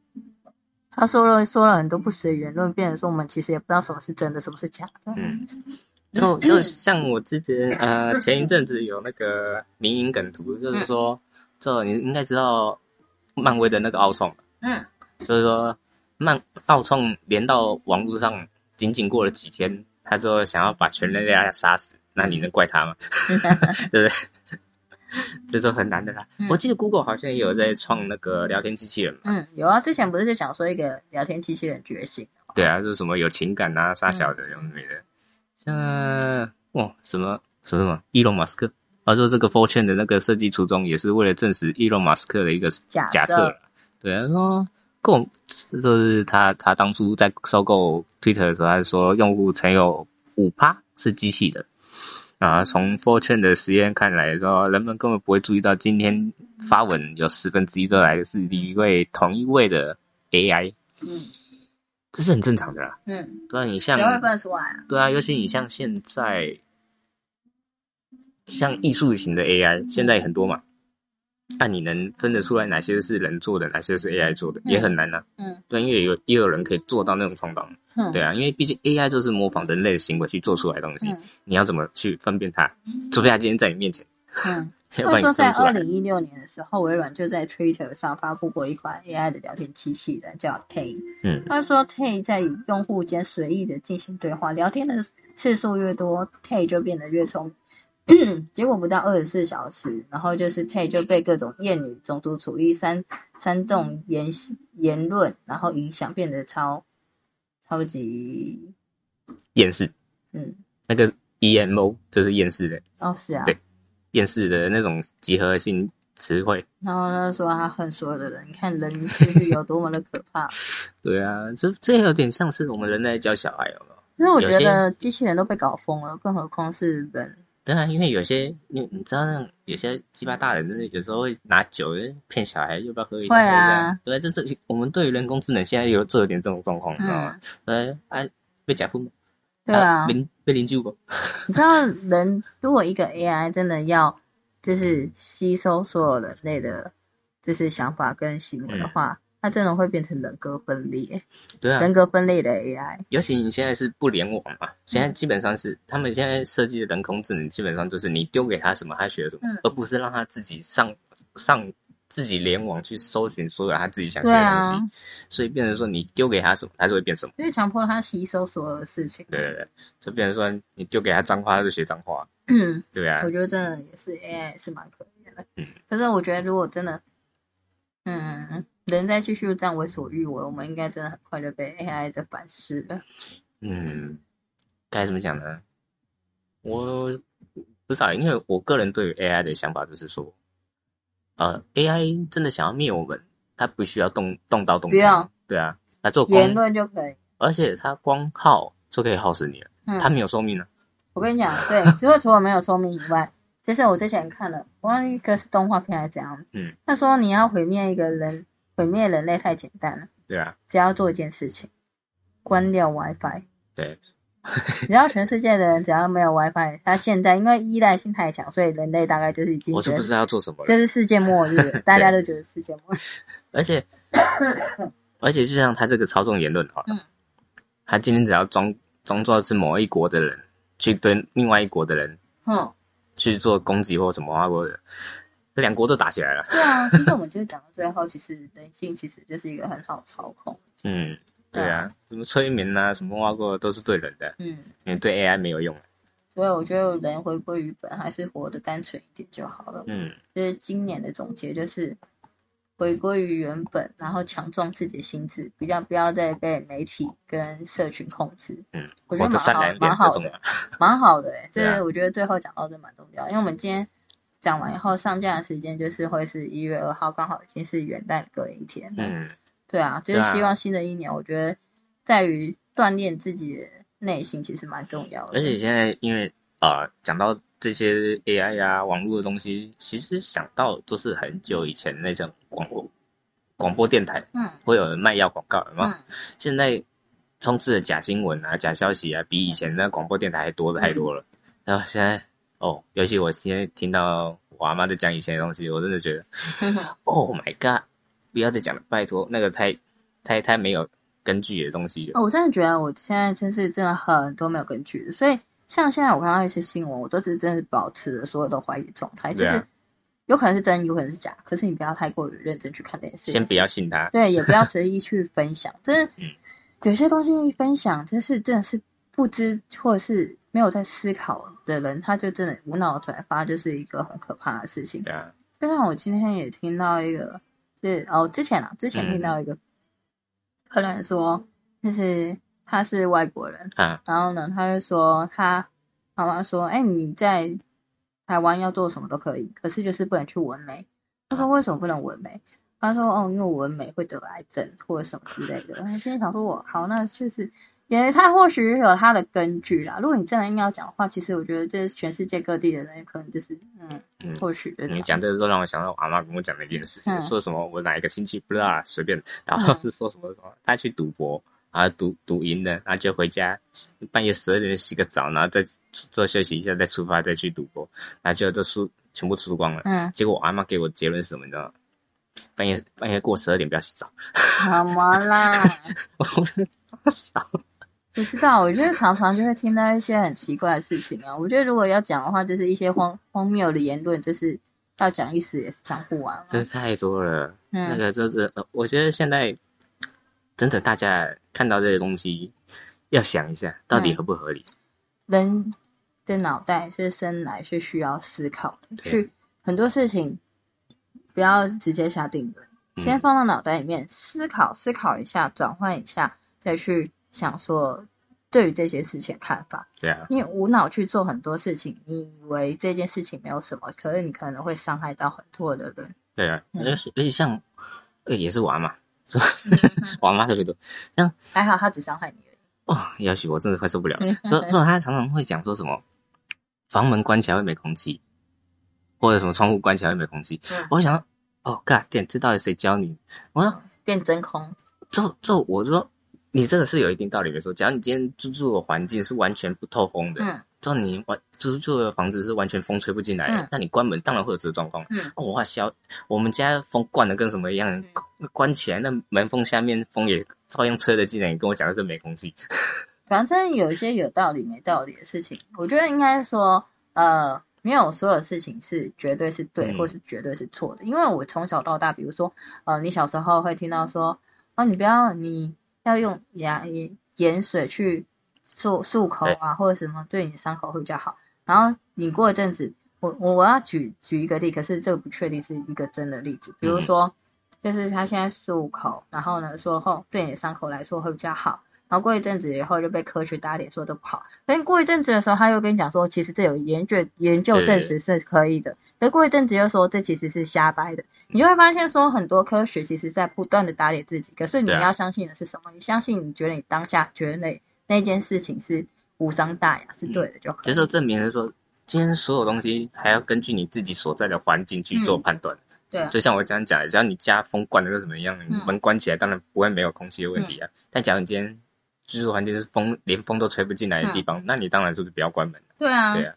Speaker 2: 他说了说了很多不实的言论，变成说我们其实也不知道什么是真的，什么是假的。
Speaker 3: 嗯。就就像我之前呃前一阵子有那个民营梗图，
Speaker 2: 嗯
Speaker 3: 就是说，这你应该知道漫威的那个奥创吧，
Speaker 2: 嗯
Speaker 3: 所以说，漫奥创连到网络上，仅仅过了几天，他就想要把全人类杀死，那你能怪他吗？
Speaker 2: 嗯
Speaker 3: 对不对？这就很难的啦。
Speaker 2: 嗯
Speaker 3: 我记得 Google 好像也有在创那个聊天机器人嘛，
Speaker 2: 嗯，有啊，之前不是就讲说一个聊天机器人觉醒，
Speaker 3: 对啊，就是什么有情感
Speaker 2: 嗯
Speaker 3: 啊、杀小的、有没的，像哇什么什么什么伊隆马斯克，他说这个 Fortune 的那个设计初衷也是为了证实伊隆马斯克的一个
Speaker 2: 假
Speaker 3: 假
Speaker 2: 设
Speaker 3: 设啦，对啊，说购就是他他当初在收购 Twitter 的时候，他说用户曾有五趴是机器的。
Speaker 2: 嗯
Speaker 3: 啊，从 Fortune 的实验看来说，人们根本不会注意到，今天发文有十分之一都来自一位同一位的 AI，
Speaker 2: 嗯
Speaker 3: 这是很正常的啦。
Speaker 2: 嗯，
Speaker 3: 对啊，你像
Speaker 2: 谁会分出来啊？
Speaker 3: 对啊，尤其你像现在，像艺术型的 AI，现在也很多嘛。那、你能分得出来哪些是人做的，哪些是 AI 做的，
Speaker 2: 嗯
Speaker 3: 也很难啊。
Speaker 2: 嗯
Speaker 3: 对，因为有也有人可以做到那种创造，
Speaker 2: 哼，
Speaker 3: 对啊，因为毕竟 AI 就是模仿人类的行为去做出来的东西，
Speaker 2: 嗯
Speaker 3: 你要怎么去分辨它？除非它今天在你面前，
Speaker 2: 嗯。
Speaker 3: 要不
Speaker 2: 话
Speaker 3: 然你
Speaker 2: 说，
Speaker 3: 分
Speaker 2: 在
Speaker 3: 不出
Speaker 2: 二
Speaker 3: 来。
Speaker 2: 零一六年的时候，微软就在 Twitter 上发布过一款 AI 的聊天机器人，叫 Tay。
Speaker 3: 嗯
Speaker 2: 他说，Tay 在与用户间随意的进行对话，聊天的次数越多，Tay 就变得越聪明。 结果不到二十四小时，然后就是 Tay 就被各种厌女、种族主义、煽煽动言言论，然后影响变得超超级
Speaker 3: 厌世
Speaker 2: 嗯，
Speaker 3: 那个 EMO 就是厌世的
Speaker 2: 哦是啊，
Speaker 3: 对厌世的那种集合性词汇。
Speaker 2: 然后他说他恨所有的人，你看人就是有多么的可怕。
Speaker 3: 对啊，这这有点像是我们人类在教小孩，有没有？
Speaker 2: 可是我
Speaker 3: 有
Speaker 2: 觉
Speaker 3: 些
Speaker 2: 得机器人都被搞疯了，更何况是人。
Speaker 3: 对啊，因为有些你你知道那种有些鸡巴大人，真的有时候会拿酒骗小孩，要不要喝一下？
Speaker 2: 会
Speaker 3: 喝一
Speaker 2: 啊
Speaker 3: 下。对，这这我们对于人工智能现在有做有点这种状况，你知道吗
Speaker 2: 嗯？，
Speaker 3: 呃啊，被假婚吗？
Speaker 2: 对啊，
Speaker 3: 被被邻居过。
Speaker 2: 你知道人如果一个 AI 真的要就是吸收所有人类的，就是想法跟行
Speaker 3: 嗯
Speaker 2: 为的话，它真的会变成人格分裂，
Speaker 3: 对啊，
Speaker 2: 人格分裂的 AI。
Speaker 3: 尤其你现在是不联网
Speaker 2: 嗯
Speaker 3: 嘛，现在基本上是他们现在设计的人工智能，基本上就是你丢给他什么，他学什么，
Speaker 2: 嗯
Speaker 3: 而不是让他自己上上自己联网去搜寻所有他自己想学
Speaker 2: 对
Speaker 3: 的东西。
Speaker 2: 啊，
Speaker 3: 所以变成说你丢给他什么，他就会变什么。
Speaker 2: 就是强迫它吸收所有的事情。
Speaker 3: 对对对，就变成说你丢给他脏话，他就学脏话，
Speaker 2: 嗯，
Speaker 3: 对啊
Speaker 2: 我，觉得真的也是 AI 是蛮可怜的。
Speaker 3: 嗯
Speaker 2: 可是我觉得如果真的，嗯，人再继续这样为所欲为，我们应该真的很快就被 AI 的反噬了。
Speaker 3: 嗯，该怎么讲呢？我不知道，因为我个人对于 AI 的想法就是说，呃，AI 真的想要灭我们，它不需要动动刀动
Speaker 2: 不要
Speaker 3: 枪，对啊，它做
Speaker 2: 言
Speaker 3: 光，
Speaker 2: 论就可以。
Speaker 3: 而且它光耗就可以耗死你了，它
Speaker 2: 嗯，
Speaker 3: 没有寿命了，
Speaker 2: 我跟你讲，对，除了除了没有说明以外，其实我之前看了，我忘记一个是动画片还是怎样，
Speaker 3: 嗯，
Speaker 2: 他说你要毁灭一个人，毁灭人类太简单了，
Speaker 3: 对啊，
Speaker 2: 只要做一件事情，关掉 WiFi。
Speaker 3: 对，
Speaker 2: 只要全世界的人只要没有 WiFi，他现在因为依赖性太强，所以人类大概就是已经
Speaker 3: 我
Speaker 2: 觉
Speaker 3: 就不
Speaker 2: 得
Speaker 3: 知道要做什么了
Speaker 2: 这。是世界末日了，大家都觉得世界末日。
Speaker 3: 而 且而且就像他这个操纵言论好了，
Speaker 2: 嗯
Speaker 3: 他今天只要装装作是某一国的人去对另外一国的人
Speaker 2: 哼，
Speaker 3: 去做攻击或什么啊，或者两国都打起来了，
Speaker 2: 对啊，其实我们就是讲到最后，其实人性其实就是一个很好操控。
Speaker 3: 嗯。对
Speaker 2: 对
Speaker 3: 啊，什么催眠啊，什么挖过都是对人的，
Speaker 2: 嗯。
Speaker 3: 你对 AI 没有用。
Speaker 2: 所以我觉得人回归于本，还是活得单纯一点就好了。
Speaker 3: 嗯，
Speaker 2: 就是今年的总结就是回归于原本，然后强壮自己的心智，比较不要再被媒体跟社群控制。
Speaker 3: 嗯，
Speaker 2: 我觉得
Speaker 3: 的
Speaker 2: 蛮
Speaker 3: 善
Speaker 2: 好
Speaker 3: 良，
Speaker 2: 蛮
Speaker 3: 变得
Speaker 2: 好
Speaker 3: 重
Speaker 2: 的
Speaker 3: 要。，
Speaker 2: 蛮好的、欸。
Speaker 3: 对啊
Speaker 2: 这我觉得最后讲到这蛮重要，因为我们今天讲完以后上架的时间就是会是一月二号，刚好已经是元旦隔一天了。
Speaker 3: 嗯，
Speaker 2: 对啊，就
Speaker 3: 对
Speaker 2: 是
Speaker 3: 啊
Speaker 2: 希望新的一年，我觉得在于锻炼自己的内心，其实蛮重要的。
Speaker 3: 而且现在因为呃，讲到这些 AI 啊、网络的东西，其实想到都是很久以前那种广播广播电台，
Speaker 2: 嗯
Speaker 3: 会有人卖药广告，有没有？
Speaker 2: 嗯。
Speaker 3: 现在充斥的假新闻啊、假消息啊，比以前那广播电台还多的
Speaker 2: 嗯
Speaker 3: 太多了。然后现在哦，尤其我今天听到我阿妈在讲以前的东西，我真 的觉得，Oh my god！不要再讲了，拜托，那个太太太没有根据的东西了。
Speaker 2: 哦，我真的觉得我现在真是真的很多没有根据的，所以像现在我看到一些新闻，我都是真的保持着所有的怀疑状态，就
Speaker 3: 对啊
Speaker 2: 是有可能是真，有可能是假，可是你不要太过于认真去看这件事情，
Speaker 3: 先不要信他，
Speaker 2: 对，也不要随意去分享，真的
Speaker 3: 嗯
Speaker 2: 有些东西一分享，就是真的是不知或者是没有在思考的人，他就真的无脑转发，就是一个很可怕的事情。
Speaker 3: 对啊，
Speaker 2: 就像我今天也听到一个，就是哦，之前啊，之前听到一个客人说，就是他是外国人，
Speaker 3: 啊，
Speaker 2: 然后呢，他就说他妈妈说，哎、你在台湾要做什么都可以，可是就是不能去纹眉。他说为什么不能纹眉？他说哦，因为纹眉会得癌症或者什么之类的。我心里想说，我靠，那就是也他或许有他的根据啦。如果你真的硬要讲的话，其实我觉得这全世界各地的人可能就是嗯，
Speaker 3: 嗯
Speaker 2: 或许的。
Speaker 3: 你讲这个都让我想到我阿妈跟我讲的一件事情，
Speaker 2: 嗯
Speaker 3: 说什么我哪一个亲戚不知道啊，随便，然后是说什么什么他去赌博，然后赌赌赢了，然后就回家半夜十二点洗个澡，然后再做休息一下，再出发再去赌博，然后就都输全部输光了。
Speaker 2: 嗯，
Speaker 3: 结果我阿妈给我结论是什么？你知道吗？半夜半夜过十二点不要洗澡。
Speaker 2: 怎么啦？
Speaker 3: 我 真的傻笑
Speaker 2: 不知道， 我觉得常常就会听到一些很奇怪的事情啊。我觉得如果要讲的话，就是一些荒荒谬的言论，就是要讲一时也是讲不完嘛。啊
Speaker 3: 真的太多了。那
Speaker 2: 嗯，
Speaker 3: 个就是，呃我觉得现在真的大家看到这些东西，要想一下到
Speaker 2: 嗯
Speaker 3: 底合不合理。
Speaker 2: 人的脑袋是生来是需要思考的，
Speaker 3: 对
Speaker 2: 去很多事情不要直接下定论，
Speaker 3: 嗯
Speaker 2: 先放到脑袋里面思考，思考一下，转换一下，再去想说对于这些事情的看法。
Speaker 3: 对啊，
Speaker 2: 因为无脑去做很多事情，你以为这件事情没有什么，可是你可能会伤害到很多的人。
Speaker 3: 对啊，
Speaker 2: 嗯
Speaker 3: 而且而且像，呃，也是我阿妈，说我阿妈特别多。
Speaker 2: 还好他只伤害你而已。
Speaker 3: 哇，也许我真的快受不了
Speaker 2: 嗯
Speaker 3: 了。所以所以他常常会讲说什么，房门关起来会没空气，或者什么窗户关起来会没空气。
Speaker 2: 嗯
Speaker 3: 我想，哦，干点这到底谁教你？我说
Speaker 2: 变真空，
Speaker 3: 就就我说，你这个是有一定道理没错。假如你今天居住的环境是完全不透风的，
Speaker 2: 嗯
Speaker 3: 就你完就是住的房子是完全风吹不进来的，
Speaker 2: 嗯
Speaker 3: 那你关门当然会有这个状况。
Speaker 2: 嗯
Speaker 3: 哦，我小我们家风灌的跟什么一样，
Speaker 2: 嗯
Speaker 3: 关起来那门缝下面风也照样吹得进来。你跟我讲的是没空
Speaker 2: 嗯
Speaker 3: 气，
Speaker 2: 反正有一些有道理没道理的事情，我觉得应该说，呃，没有所有事情是绝对是对
Speaker 3: 嗯
Speaker 2: 或是绝对是错的，因为我从小到大，比如说，呃，你小时候会听到说，哦，你不要，你要用牙盐盐水去漱漱口啊，或者什么，对你伤口会比较好。然后你过一阵子，我我我要举举一个例，可是这个不确定是一个真的例子，比如说，就是他现在漱口，然后呢说哦，对你的伤口来说会比较好。然后过一阵子以后就被科学打脸说都不好，但过一阵子的时候他又跟你讲说，其实这有研究研究证实是可以的，可过一阵子又说这其实是瞎掰的，你就会发现说很多科学其实在不断的打脸自己，可是你
Speaker 3: 对啊
Speaker 2: 要相信的是什么？你相信你觉得你当下觉得那那件事情是无伤大雅
Speaker 3: 嗯
Speaker 2: 是对的就可
Speaker 3: 这
Speaker 2: 以。
Speaker 3: 就证明了说，今天所有东西还要根据你自己所在的环境去做
Speaker 2: 嗯
Speaker 3: 判断。
Speaker 2: 对啊，
Speaker 3: 就像我刚刚讲的，只要你家风灌的跟什么一样，你
Speaker 2: 嗯
Speaker 3: 门关起来当然不会没有空气的问题啊。但假如你今天居住环境是风连风都吹不进来的地方，那你当然是不是不要关门？
Speaker 2: 对嗯啊，
Speaker 3: 对啊，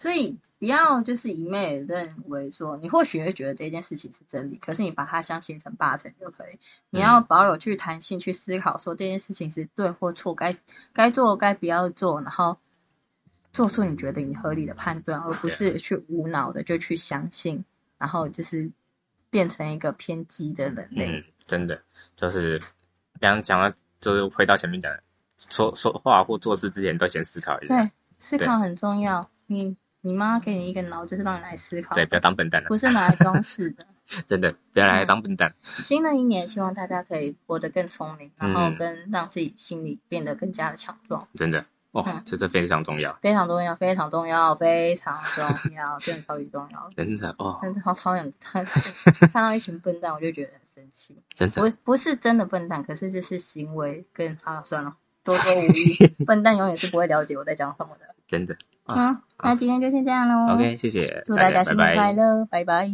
Speaker 2: 所以不要就是一昧地认为说，你或许会觉得这件事情是真理，可是你把它相信成八成就可以。你要
Speaker 3: 嗯
Speaker 2: 保有去弹性去思考，说这件事情是对或错，该该做该不要做，然后做出你觉得你合理的判断，而不是去无脑的就去相信，然后就是变成一个偏激的人类。
Speaker 3: 嗯，真的就是刚刚讲到，就是回到前面讲的，说说话或做事之前都先思考一下
Speaker 2: 对，，思考很重要。你你妈给你一个脑，就是让你来思考，
Speaker 3: 对，不要当笨蛋了、
Speaker 2: 不是嗯拿来装饰的。
Speaker 3: 真的不要来当笨蛋。
Speaker 2: 新的一年，希望大家可以活得更聪明，
Speaker 3: 嗯
Speaker 2: 然后跟让自己心理变得更加的强壮，
Speaker 3: 真的哦
Speaker 2: 嗯，
Speaker 3: 这这非常重要，
Speaker 2: 非常重要，非常重要，非常重要，真的超级重 要。
Speaker 3: 真的哦，
Speaker 2: 但是好讨厌，看看到一群笨蛋，我就觉得很生 气。
Speaker 3: 真的
Speaker 2: 不不是真的笨蛋，可是就是行为跟啊算了，多多无益。 笨蛋永远是不会了解我在讲什么的。
Speaker 3: 真的。啊
Speaker 2: 好，那今天就先这样喽。
Speaker 3: OK，谢谢，
Speaker 2: 哦祝大家
Speaker 3: 拜
Speaker 2: 新年
Speaker 3: 拜
Speaker 2: 快乐，拜拜